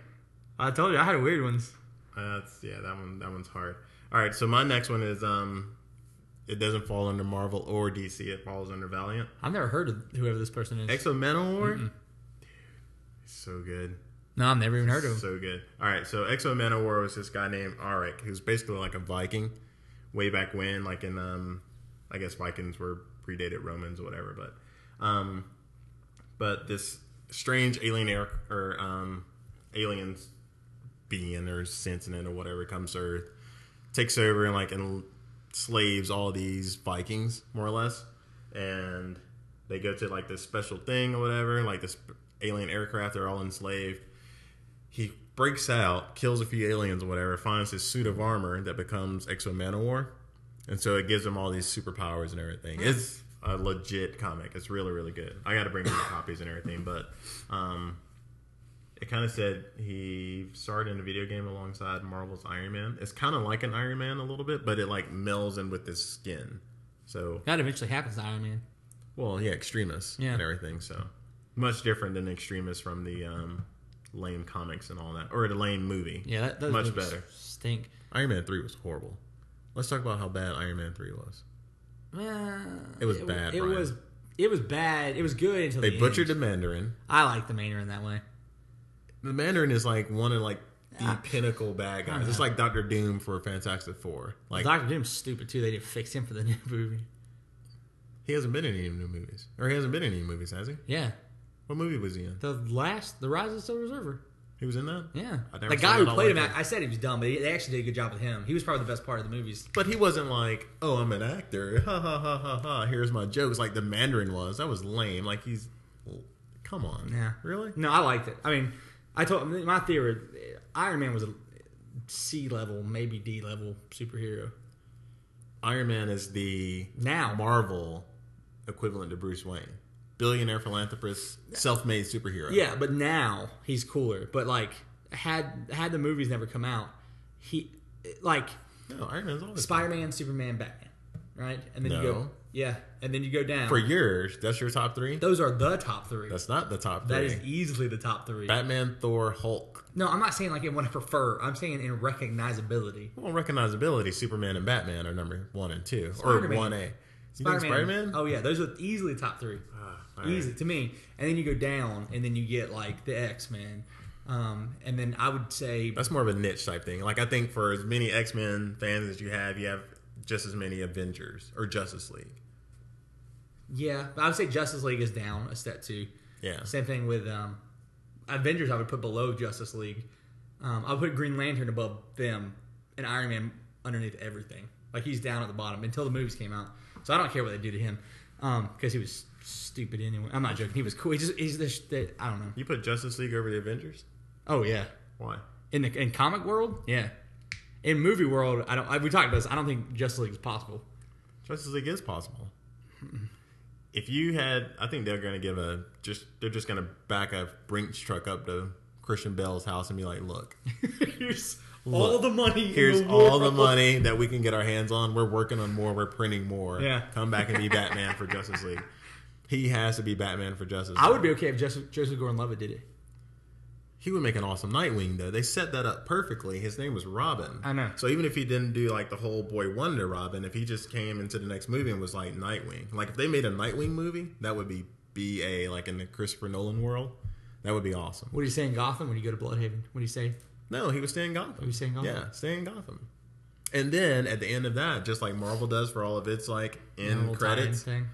I told you I had weird ones. Uh, that's yeah, that one that one's hard. All right, so my next one is um, it doesn't fall under Marvel or DC. It falls under Valiant. I've never heard of whoever this person is. Exo Manowar, dude, he's so good. no, I've never even heard of him. So good. All right, so Exo Manowar was this guy named Arik, who's basically like a Viking, way back when, like in um, I guess Vikings were predated Romans or whatever, but um, but this strange alien air, or um, aliens being or sentient or whatever comes to Earth, takes over and like enslaves all these Vikings more or less, and they go to like this special thing or whatever, like this alien aircraft. They're all enslaved he breaks out, kills a few aliens or whatever, finds his suit of armor that becomes Exo Manowar, and so it gives him all these superpowers and everything. It's a legit comic. It's really really good. I got to bring you the copies and everything, but um, it kind of said he started in a video game alongside Marvel's Iron Man. It's kind of like an Iron Man a little bit, but it like melds in with his skin. So That eventually happens to Iron Man. well, yeah, extremists Yeah. and everything. So much different than extremists from the um, lame comics and all that, or the lame movie. Yeah, that, that Much movies better. Stink. Iron Man three was horrible. Let's talk about how bad Iron Man three was. It was bad, It Brian. was. It was bad. It was good until They the butchered the End. Mandarin. I like the Mandarin that way. The Mandarin is like one of like the Ah. Uh-huh. pinnacle bad guys. It's like Doctor Doom for Fantastic Four. Like Doctor Doom's stupid too. They didn't fix him for the (laughs) new movie. he hasn't been in any new movies, or he hasn't been in any movies, has he? Yeah, What movie was he in? the last, the Rise of the Silver Surfer. He was in that. Yeah, I never the saw guy that. who I played him. like that. I I said he was dumb, but he, they actually did a good job with him. He was probably the best part of the movies. But he wasn't like, oh, I'm an actor. (laughs) Ha ha ha ha ha. Here's my jokes. Like the Mandarin was. That was lame. Like he's, come on. Yeah. Really? No, I liked it. I mean, I told my theory. Iron Man was a C level, maybe D level superhero. Iron Man is the Now, Marvel equivalent to Bruce Wayne, billionaire philanthropist, self-made superhero. yeah, but now he's cooler. But like, had had the movies never come out, he like No, Iron Man's always Spider Man, Superman, Batman, right? And then No. you go, yeah, and then you go down. for yours. That's your top three. Those are the top three. That's not the top three. That is e- easily the top three. Batman, Thor, Hulk. No, I'm not saying like in what I prefer. I'm saying in recognizability. Well, recognizability. Superman and Batman are number one and 2 Spider-Man. or one A. You think Spider-Man? Ah, Oh yeah, those are easily top three. all Easy to me. And then you go down, and then you get like the X Men, um, and then I would say That's more of a niche type thing. Like I think for as many X Men fans as you have, you have just as many Avengers or Justice League. yeah, but I would say Justice League is down a step two. Yeah. Same thing with um, Avengers. I would put below Justice League. Um, I would put Green Lantern above them, and Iron Man underneath everything. Like he's down at the bottom until the movies came out. So I don't care what they do to him because he was stupid anyway. I'm not joking. He was cool. He just he's this. that- I don't know. You put Justice League over the Avengers? Oh yeah. Why? In the in comic world, yeah. In movie world, I don't. I, we talked about this. I don't think Justice League is possible. (laughs) Justice League is possible. If you had, I think they're going to give a just. They're just going to back a Brinks truck up to Christian Bell's house and be like, "Look, here's all Look, the money. in (laughs) here's the all the world. money that we can get our hands on. We're working on more. We're printing more. Yeah. come back and be Batman for Justice League. He has to be Batman for Justice. I League. would be okay if Joseph, Joseph Gordon-Levitt did it. He would make an awesome Nightwing, though. They set that up perfectly. His name was Robin. I know. So even if he didn't do like the whole Boy Wonder Robin, if he just came into the next movie and was like Nightwing, like if they made a Nightwing movie, that would be ba like in the Christopher Nolan world. That would be awesome. What do you say in Gotham when you go to Bloodhaven? What do you say? No, he was staying Gotham. was staying Gotham. Yeah, staying Gotham. And then at the end of that, just like Marvel does for all of its like The end whole tie-in credits, thing.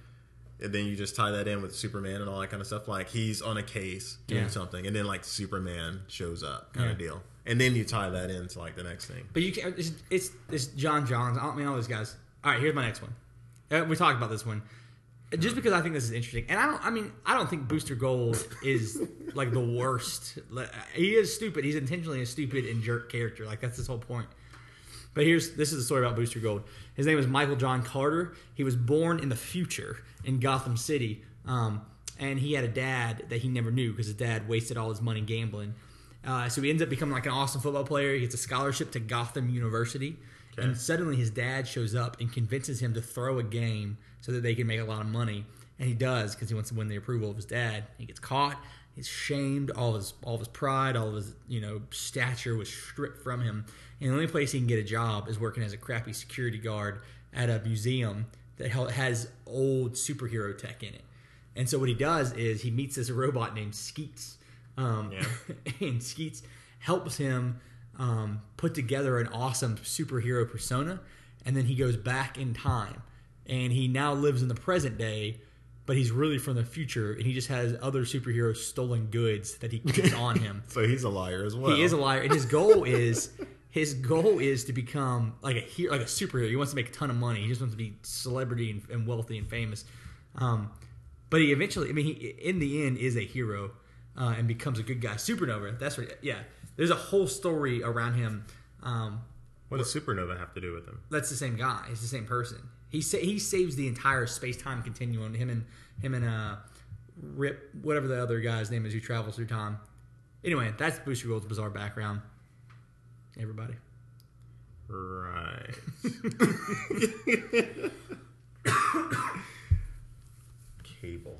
and then you just tie that in with Superman and all that kind of stuff. Like he's on a case doing Yeah. something, and then like Superman shows up, kind Yeah. of deal. And then you tie that into like the next thing. But you can't. It's, it's it's John Johns. I don't mean all these guys. All right, here's my next one. Uh, we talked about this one just because I think this is interesting, and I don't. I mean, I don't think Booster Gold is like the worst. Like, He is stupid. He's intentionally a stupid and jerk character. Like that's his whole point. But here's this is the story about Booster Gold. His name is Michael John Carter. He was born in the future in Gotham City, um, and he had a dad that he never knew because his dad wasted all his money gambling. Uh, so he ends up becoming like an awesome football player. He gets a scholarship to Gotham University, and suddenly his dad shows up and convinces him to throw a game so that they can make a lot of money. And he does because he wants to win the approval of his dad. He gets caught. He's shamed. All of his all of his pride, all of his you know stature was stripped from him. And the only place he can get a job is working as a crappy security guard at a museum that hel- has old superhero tech in it. And so what he does is he meets this robot named Skeets. Um, (laughs) and Skeets helps him um, put together an awesome superhero persona. And then he goes back in time. And he now lives in the present day, but he's really from the future. And he just has other superhero stolen goods that he keeps on him. So he's a liar as well. He is a liar, and his goal is his goal is to become like a hero, like a superhero. He wants to make a ton of money. He just wants to be celebrity and, and wealthy and famous. Um, but he eventually, I mean, he in the end is a hero uh, and becomes a good guy. Supernova. That's right. Yeah. There's a whole story around him. Um, What does Supernova have to do with him? that's the same guy. It's the same person. He sa- he saves the entire space time continuum. Him and him and uh, Rip, whatever the other guy's name is, who travels through time. Anyway, that's Booster Gold's bizarre background. Everybody, Right. (laughs) Cable.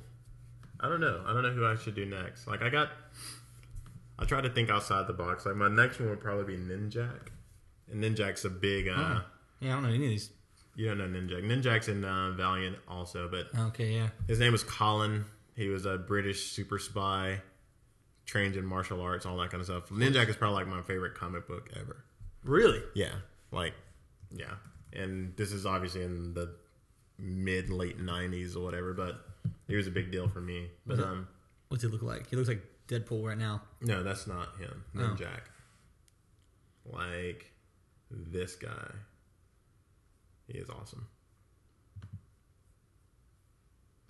I don't know. I don't know who I should do next. Like I got I try to think outside the box. Like my next one would probably be Ninjak. And Ninjak's a big uh yeah, I don't know any of these. you don't know Ninjak. Ninjak's in uh, Valiant also, but Okay, yeah, his name was Colin. He was a British super spy, trained in martial arts, all that kind of stuff. Ninjak is probably like my favorite comic book ever. really? Yeah, like, yeah. And this is obviously in the mid late '90s or whatever, but it was a big deal for me. But um, What's he look like? He looks like Deadpool right now. no, that's not him. No, Jack. Like this guy, he is awesome.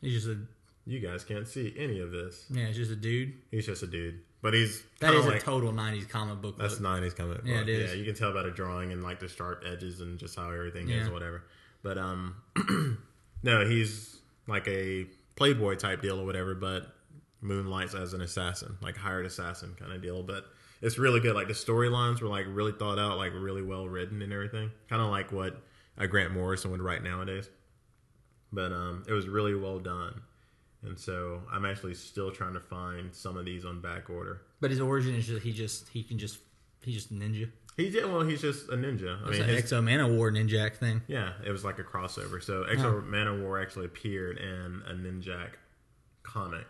He's just a You guys can't see any of this. yeah, he's just a dude. He's just a dude, but he's That kinda is a like- total '90s comic book. That's look. nineties comic book. Yeah, it is. Yeah, you can tell by the drawing and like the sharp edges and just how everything is Yeah. or whatever. But um, (clears throat) no, he's like a playboy type deal or whatever. But moonlights as an assassin, like hired assassin kind of deal. But it's really good. Like the storylines were like really thought out, like really well written and everything. Kind of like what a Grant Morrison would write nowadays. But um, it was really well done. And so I'm actually still trying to find some of these on back order. but his origin is just he just he can just he just ninja. He did well. He's just a ninja. I It's mean, an his- Exo Man of War ninja thing. Yeah, it was like a crossover. So Exo Man of War actually appeared in a Ninjak comic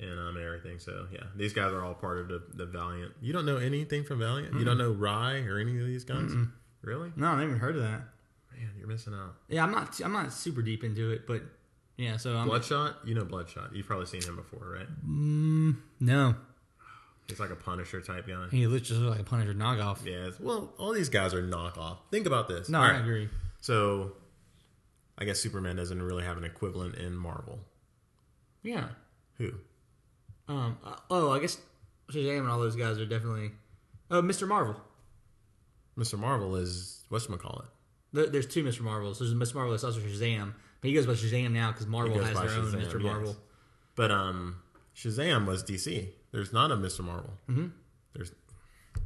and um, everything. So yeah, these guys are all part of the, the Valiant. You don't know anything from Valiant? You don't know Rye or any of these guys? Really? No, I never even heard of that. Man, you're missing out. Yeah, I'm not I'm not super deep into it, but yeah. So I'm Bloodshot? You know Bloodshot. You've probably seen him before, right? no. He's like a Punisher type guy. He looks just like a Punisher knockoff. Yeah, it's- well, all these guys are knockoff. Think about this. No, All I right. agree. So, I guess Superman doesn't really have an equivalent in Marvel. Yeah. Who? Um. uh, oh, I guess Shazam and all those guys are definitely. Oh, Mr. Marvel. Mr. Marvel is whatchamacallit. There, there's two Mr. Marvels. There's a Mr. Marvel that's also Shazam, but he goes by Shazam now because Marvel goes has by their own Shazam, Mr. yes. Marvel. But um, Shazam was DC. There's not a Mr. Marvel. Mm-hmm. There's.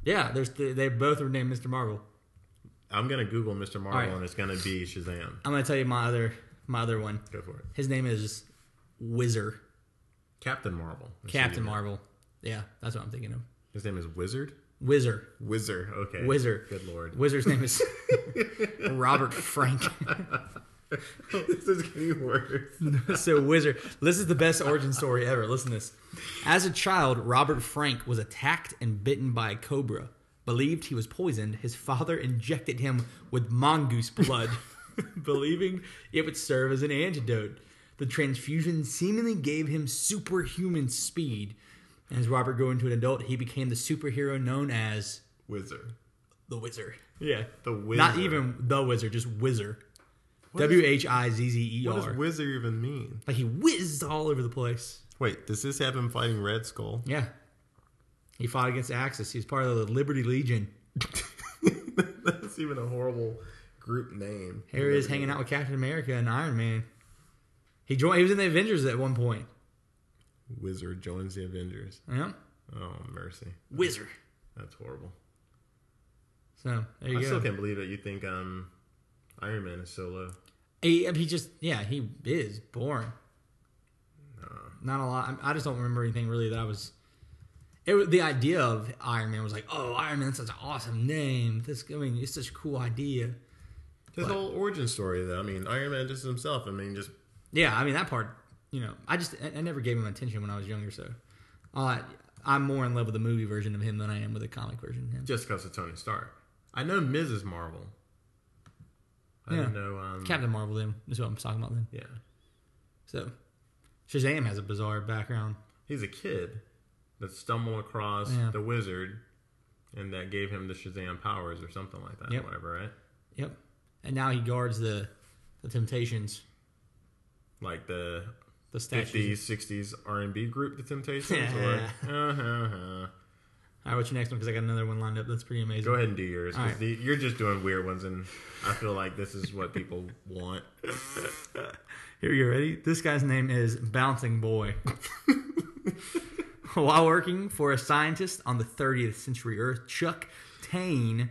Yeah, there's th- they both are named Mr. Marvel. I'm gonna Google Mr. Marvel right. and it's gonna be Shazam. I'm gonna tell you my other my other one. Go for it. His name is Wizard Captain Marvel. That's Captain what you- Marvel. Yeah, that's what I'm thinking of. His name is Wizard. Wizard. Wizard. Okay. Wizard. Good lord. Wizard's name (laughs) is Robert Frank. (laughs) this is getting worse. so wizard this is the best origin story ever listen to this as a child robert frank was attacked and bitten by a cobra believed he was poisoned his father injected (laughs) him with mongoose blood believing it would serve as an antidote The transfusion seemingly gave him superhuman speed. And as Robert grew into an adult, he became the superhero known as Wizard. the Wizard. Yeah. The Wizard. Not even the Wizard, just Wizard. W H I Z Z E What does R. Wizard even mean? Like he whizzed all over the place. Wait, does this have him fighting Red Skull? (laughs) Yeah. He fought against the Axis. He's part of the Liberty Legion. That's even a horrible group name. Here he is hanging out with Captain America and Iron Man. He joined. He was in the Avengers at one point. Wizard joins the Avengers. Yeah. Oh mercy, Wizard. that's horrible. So there you I go. still can't believe that you think um, Iron Man is so low. He, he just yeah he is boring. Not a lot. I I just don't remember anything really that I was. It was the idea of Iron Man was like, oh, Iron Man, that's such an awesome name. This, I mean, it's such a cool idea. His whole origin story, though. I mean, Iron Man just himself. I mean, just Yeah, I mean that part. You know, I just I, I never gave him attention when I was younger, so uh, I'm more in love with the movie version of him than I am with the comic version of him. just because of Tony Stark. I know Mrs. Marvel. I Yeah. don't know. Um, Captain Marvel, then is what I'm talking about. Then Yeah, so Shazam has a bizarre background. he's a kid that stumbled across Yeah. the Wizard, and that gave him the Shazam powers or something like that. Yep. Whatever, right? Yep, and now he guards the the Temptations, Like the the statues. 50s, 60s R&B group, The Temptations. (laughs) Yeah. Or, uh-huh. All right, what's your next one? Because I got another one lined up. That's pretty amazing. Go ahead and do yours. 'cause Alright. the- you're just doing weird ones, and I feel like this is what people want. Here you go. Ready? This guy's name is Bouncing Boy. (laughs) While working for a scientist on the 30th century Earth, Chuck Tane.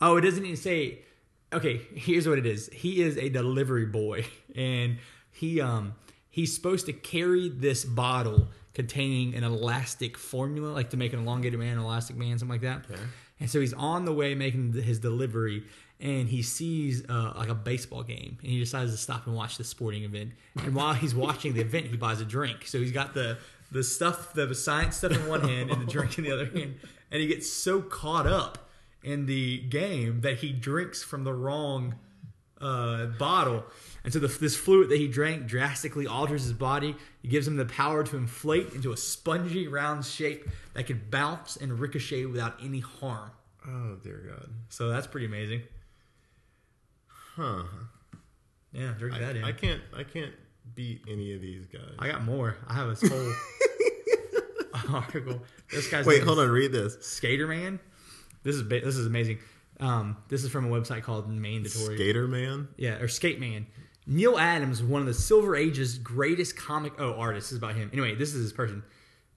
Oh, it doesn't even say. Okay, here's what it is. He is a delivery boy, (laughs) and he um he's supposed to carry this bottle containing an elastic formula, like to make an elongated man, an elastic man, something like that. And so he's on the way making th- his delivery, and he sees uh, like a baseball game, and he decides to stop and watch the sporting event. And while he's watching the event, he buys a drink. So he's got the the stuff, the science stuff in one hand, and the drink in the other hand, and he gets so caught up in the game that he drinks from the wrong uh, bottle. And so the, this fluid that he drank drastically alters his body. It gives him the power to inflate into a spongy, round shape that can bounce and ricochet without any harm. Oh, dear God. So that's pretty amazing. Huh. Yeah, drink that in. I can't, I can't beat any of these guys. I got more. I have (laughs) this whole article. This guy's Wait, name hold is on. Read this. Skater Man. This is ba- this is amazing. Um, this is from a website called Mandatory. Skater Man? Yeah, or Skate Man. Neil Adams, one of the Silver Age's greatest comic oh artists, is about him. Anyway, this is his person.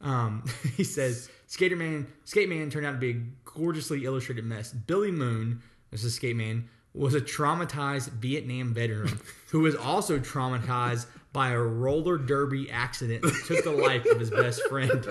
Um, (laughs) he says Skater Man, Skate Man turned out to be a gorgeously illustrated mess. Billy Moon, this is Skate Man, was a traumatized Vietnam veteran who was also traumatized by a roller derby accident that took the life of his best friend.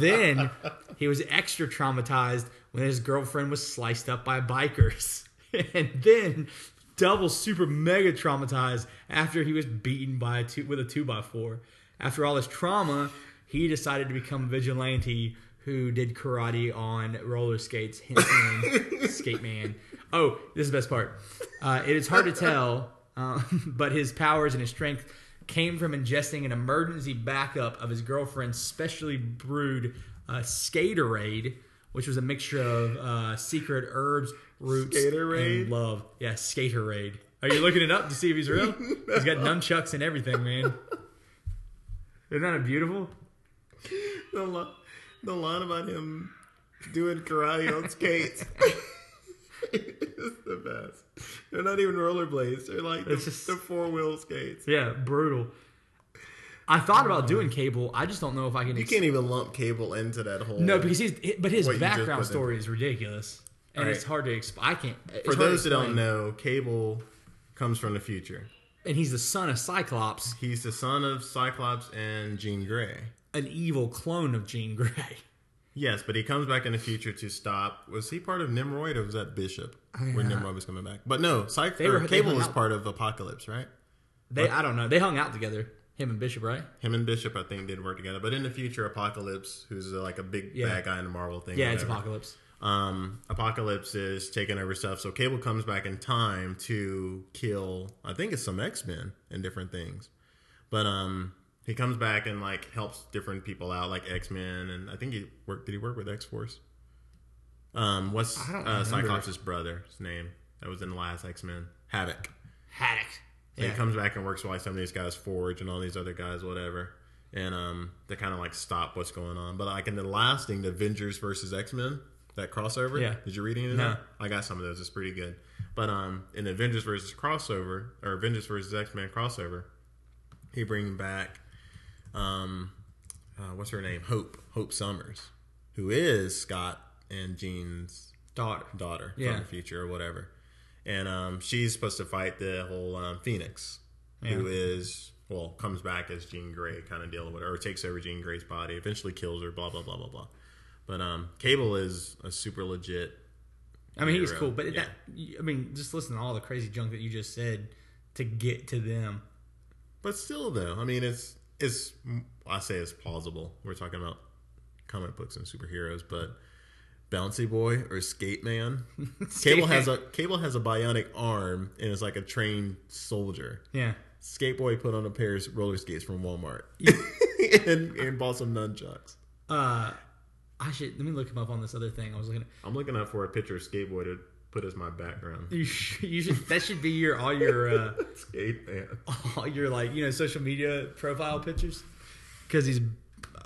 Then he was extra traumatized when his girlfriend was sliced up by bikers. (laughs) And then double super mega traumatized after he was beaten by a two with a two by four. After all this trauma, he decided to become a vigilante who did karate on roller skates, hence the name skate man. Oh, this is the best part. Uh, it is hard to tell, uh, (laughs) but his powers and his strength came from ingesting an emergency backup of his girlfriend's specially brewed uh, Skaterade, which was a mixture of uh, secret herbs, roots, Skaterade? and love. Yeah, Skaterade. Are you looking it up to see if he's (laughs) real? He's got nunchucks and everything, man. Isn't that beautiful? The, li- the line about him doing karate on (laughs) skates. it's the best. They're not even rollerblades. They're like the, It's just- the four wheel skates. Yeah, brutal. I thought about doing cable. I just don't know if I can. Uh-huh. You can't even lump Cable into that whole. No, because he's but his What you just background put in. story is ridiculous, and Alright. it's hard to exp I can't. it's for hard to those that don't explain. know, Cable comes from the future. and he's the son of Cyclops, He's the son of Cyclops and Jean Grey. an evil clone of Jean Grey. Yes, but he comes back in the future to stop. Was he part of Nimrod or was that Bishop when Nimrod was coming back? But no, Cy- were- or Oh, they Cable hung was out. part of Apocalypse, right? They, I don't know. They hung out together, him and Bishop, right? Him and Bishop, I think, did work together. But in the future, Apocalypse, who's uh, like a big Yeah. bad guy in the Marvel thing, Yeah, it's whatever, Apocalypse. Um, Apocalypse is taking over stuff. So Cable comes back in time to kill, I think it's some X Men and different things. But um, he comes back and like helps different people out, like X Men, and I think he worked. Did he work with X Force? Um, what's I don't uh, remember. Cyclops' brother's name? That was in the last X Men. Havoc. Haddock. So Yeah. he comes back and works with like some of these guys, Forge, and all these other guys, whatever. And um, they kind of like stop what's going on. But like in the last thing, the Avengers versus X Men, that crossover. Yeah. Did you read any of No. that? I got some of those. It's pretty good. But um, in the Avengers versus crossover or Avengers versus X Men crossover, he bring back um, uh, what's her name? Hope Hope Summers, who is Scott and Jean's daughter. daughter Yeah. from the future or whatever. And um, she's supposed to fight the whole um, Phoenix, who Yeah. is well comes back as Jean Grey, kind of dealing with, or takes over Jean Grey's body, eventually kills her, blah blah blah blah blah. But um, Cable is a super legit. I mean, he's hero. cool, but Yeah. that I mean, just listen to all the crazy junk that you just said to get to them. But still, though, I mean, it's it's I say it's plausible. We're talking about comic books and superheroes, but Bouncy Boy or Skate (laughs) Man, Cable has a Cable has a bionic arm and is like a trained soldier. yeah. Skate Boy put on a pair of roller skates from (laughs) Walmart and, and bought some nunchucks. Uh, I should let me look him up on this other thing. I was looking. At, I'm looking up for a picture of Skate Boy to put as my background. you should, you should that should be your all your uh, (laughs) (laughs) Skate Man. all your like you know social media profile pictures because he's,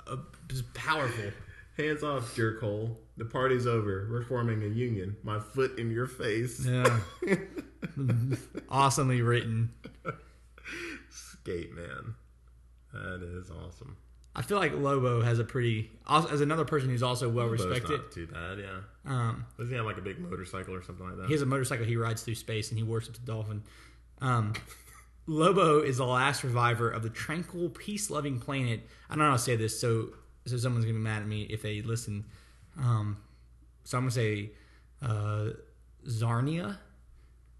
uh, he's powerful. Hands off, jerkhole. The party's over. We're forming a union. My foot in your face. Yeah, (laughs) awesomely written. Skate Man. That is awesome. I feel like Lobo has a pretty also, as another person who's also well But it's respected. not too bad, yeah. Um, Doesn't he have like a big motorcycle or something like that? He has a motorcycle he rides through space and he worships a dolphin. Um, (laughs) Lobo is the last survivor of the tranquil, peace loving planet. I don't know how to say this, so so someone's gonna be mad at me if they listen. Um, so I'm gonna say uh, Zarnia.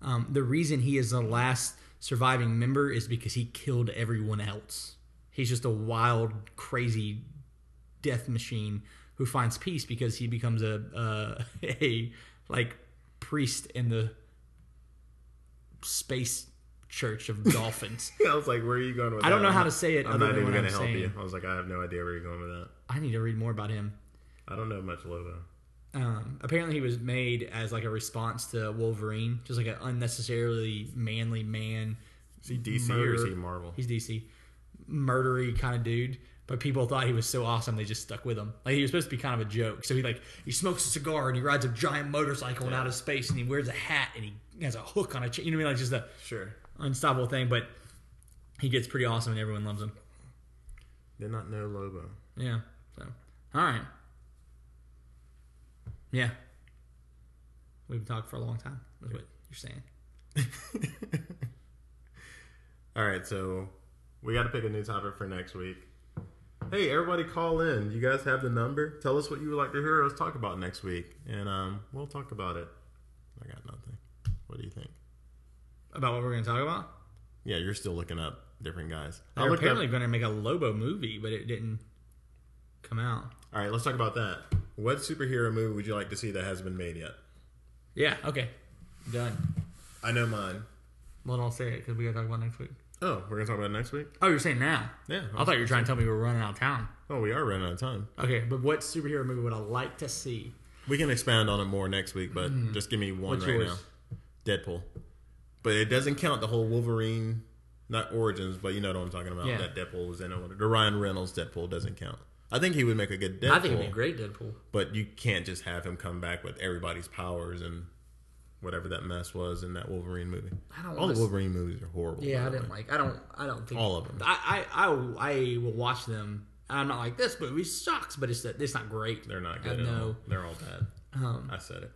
Um, the reason he is the last surviving member is because he killed everyone else. He's just a wild, crazy death machine who finds peace because he becomes a uh, a (laughs) like priest in the space church of dolphins. (laughs) I was like, where are you going with I that? don't know how to say it I'm other not than even what gonna I'm help you. saying. I was like, I have no idea where you're going with that. I need to read more about him. I don't know much Lobo. Um, apparently, he was made as like a response to Wolverine, just like an unnecessarily manly man. Is he DC or is Murder. he Marvel? He's DC, murdery kind of dude. But people thought he was so awesome, they just stuck with him. Like he was supposed to be kind of a joke. So he like he smokes a cigar and he rides a giant motorcycle and out of space and he wears a hat and he has a hook on a chain. You know what I mean? Like just a Sure. unstoppable thing. But he gets pretty awesome and everyone loves him. Did not know Lobo. Yeah. So, all right. Yeah. We've talked for a long time. That's what you're saying. All right, so we got to pick a new topic for next week. Hey, everybody, call in. You guys have the number. Tell us what you would like to hear us talk about next week, and um, we'll talk about it. I got nothing. What do you think? About what we're going to talk about. Yeah, you're still looking up different guys. I They're looked apparently up- going to make a Lobo movie, but it didn't come out. All right, let's talk about that. What superhero movie would you like to see that hasn't been made yet? Yeah. Okay. Done. I know mine. Well, don't say it because we got to talk about next week. Oh, we're gonna talk about it next week. Oh, you're saying now? Yeah. I thought you were trying to tell me we were running out of town. Oh, we are running out of time. Okay, but what superhero movie would I like to see? We can expand on it more next week, but just give me one Hmm. What's right yours? now. Deadpool. But it doesn't count the whole Wolverine, not origins, but you know what I'm talking about. Yeah. That Deadpool was in it. The Ryan Reynolds Deadpool doesn't count. I think he would make a good Deadpool. I think it'd be a great Deadpool. But you can't just have him come back with everybody's powers and whatever that mess was in that Wolverine movie. I don't All wanna the s- Wolverine movies are horrible. Yeah, by I the didn't way. like. I don't. I don't think All of them. I I, I, will- I will watch them. And I'm not like this movie sucks, but it's it's not great. They're not I good. at all. know. They're all bad. Um, I said it.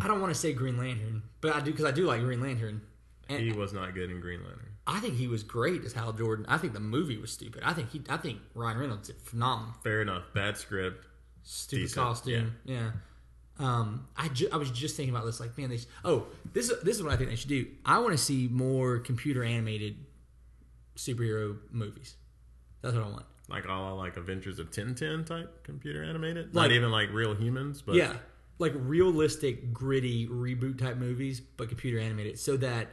I don't want to say Green Lantern, but I do because I do like Green Lantern. And He was not good in Green Lantern. I think he was great as Hal Jordan. I think the movie was stupid. I think he. I think Ryan Reynolds did phenomenal. Fair enough. Bad script. stupid Decent, costume. Yeah. Um, I, ju- I was just thinking about this. Like, man, they. Sh- oh, this is this is what I think they should do. I want to see more computer animated superhero movies. That's what I want. like all like Adventures of Tintin type computer animated. Like- Not even like real humans, but yeah, like realistic, gritty reboot type movies, but computer animated, so that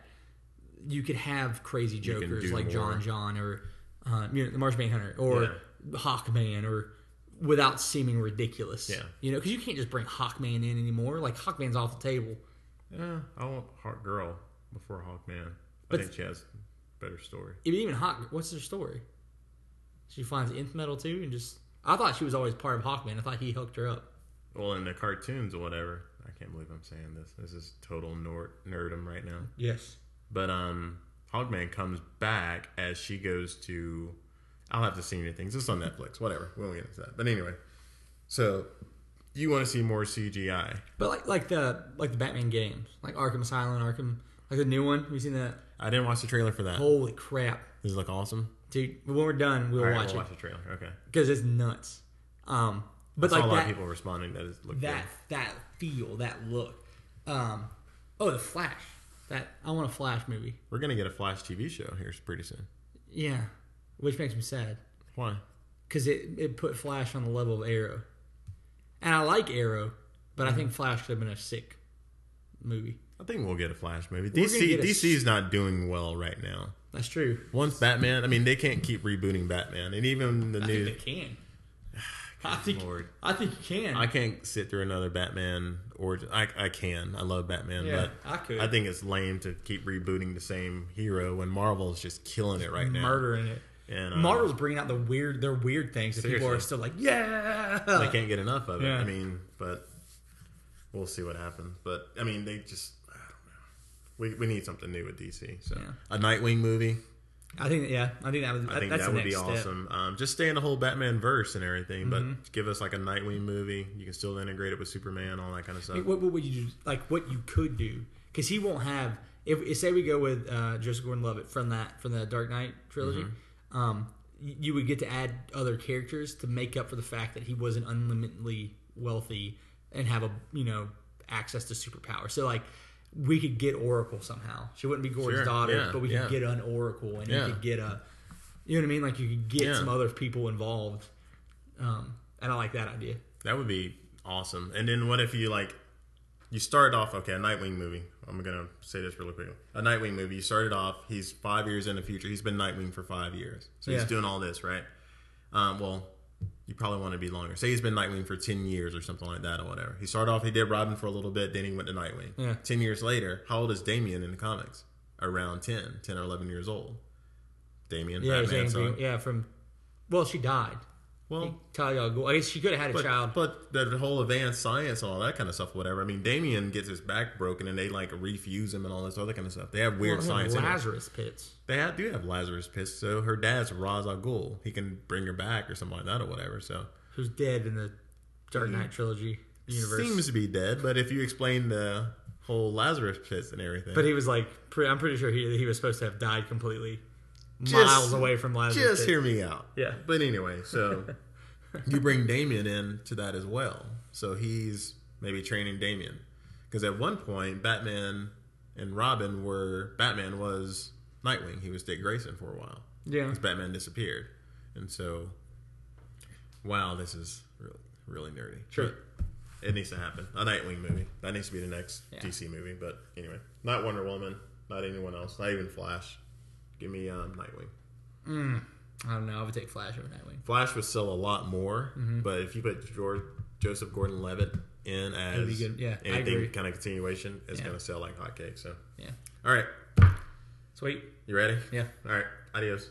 you could have crazy can jokers do like more. John John or uh, you know, the Martian Manhunter or Hawkman or without seeming ridiculous. Yeah. you know, because you can't just bring Hawkman in anymore. Like Hawkman's off the table. Yeah, eh, I want Hawk Girl before Hawkman. I But- think she has a better story. Even- Even Hawk, what's her story? She finds nth metal too, and just I thought she was always part of Hawkman. I thought he hooked her up. Well, in the cartoons or whatever. I can't believe I'm saying this. This is total nerd nerdum right now. Yes. But um, Hogman comes back as she goes to. I'll have to see anything. It's on Netflix. Whatever. We won't get into that. But anyway, so you want to see more CGI? But like like the like the Batman games, like Arkham Asylum, Arkham, like the new one. Have you seen that? I didn't watch the trailer for that. Holy crap, Does it look awesome? dude! When we're done, we'll All right, watch we'll it watch the trailer. Okay. because it's nuts. Um, but I saw like a lot of that people responding that it looked that that feel, that look. Um, oh, the Flash. That I want a Flash movie. good. We're gonna get a Flash TV show here pretty soon. Yeah, which makes me sad Why? because it it put Flash on the level of Arrow, and I like Arrow, but I think Mm-hmm. Flash could have been a sick movie. I think we'll get a Flash movie. We're gonna DC get a s- DC's not doing well right now. That's true. Once Batman, I mean, they can't keep rebooting Batman, and even the I new. think they (sighs) can. I think Lord. I think you can. I can't sit through another Batman origin. I, I can. I love Batman, Yeah, but I could. think it's lame to keep rebooting the same hero when Marvel's just killing it right now. murdering it. And, uh, Marvel's bringing out the weird, their weird things that people Seriously. are still like, yeah. They can't get enough of it. uh, Yeah. I mean, but we'll see what happens. But I mean, they just. I don't know. We, we need something new with DC. So Yeah. a Nightwing movie, I think, yeah, I think that was. I think that's that the would be next step. Mm-hmm. awesome. Um, just stay in the whole Batman verse and everything, but give us like a Nightwing movie. You can still integrate it with Superman, all that kind of stuff. What, what would you do? Like, what you could do? Because he won't have. If say we go with uh, Joseph Gordon-Levitt from that from the Dark Knight trilogy, Mm-hmm. um, y- you would get to add other characters to make up for the fact that he wasn't unlimitedly wealthy and have a you know access to superpower. So like. We could get Oracle somehow. She wouldn't be Gordon's Sure, daughter, yeah, but we could yeah. get an Oracle, and Yeah. you could get a, you know what I mean? Like you could get Yeah. some other people involved, um, and I like that idea. That would be awesome. And then what if you like you started off okay, a Nightwing movie. I'm gonna say this really quickly. A Nightwing movie. You started off. He's five years in the future. He's been Nightwing for five years, so he's Yeah. doing all this right. Um, well, you probably want to be longer. Say he's been Nightwing for ten years or something like that, or whatever. He started off. He did Robin for a little bit. Then he went to Nightwing. Yeah. Ten years later, how old is Damien in the comics? Around 10, 10 or eleven years old. Damien, Yeah, Batman, Jane so, Grey- yeah, from. Well, she died. well, Talia al Ghul. I guess she could have had a But, child. but the whole advanced science and all that kind of stuff, whatever. I mean, Damien gets his back broken and they like refuse him and all this other kind of stuff. They have weird Well, science. in it. Lazarus pits. They have, do have Lazarus Pits, so her dad's Ra's al Ghul. He can bring her back or something like that or whatever. So Who's dead in the Dark Knight trilogy universe? Mm. seems to be dead, but if you explain the whole Lazarus Pits and everything, but he was like, pre- I'm pretty sure he he was supposed to have died completely, Just- miles away from Lazarus. just pits. hear me out. Yeah. But anyway, (laughs) so you bring Damien in to that as well. So he's maybe training Damien. Because at one point, Batman and Robin were. Batman was Nightwing. He was Dick Grayson for a while. Yeah. Because Batman disappeared. And so. Wow, this is real, really nerdy. Sure. But It needs to happen. A Nightwing movie. That needs to be the next Yeah. DC movie. But anyway, not Wonder Woman, not anyone else, not even Flash. Give me um, Nightwing. I don't know. I would take Flash over Nightwing. Flash would sell a lot more, Mm-hmm. but if you put George, Joseph Gordon-Levitt in It'd as be good. Yeah, I anything agree. kind of continuation, it's Yeah. going to sell like hotcakes. So, Yeah. all right, Sweet. you ready? Yeah. All right, adios.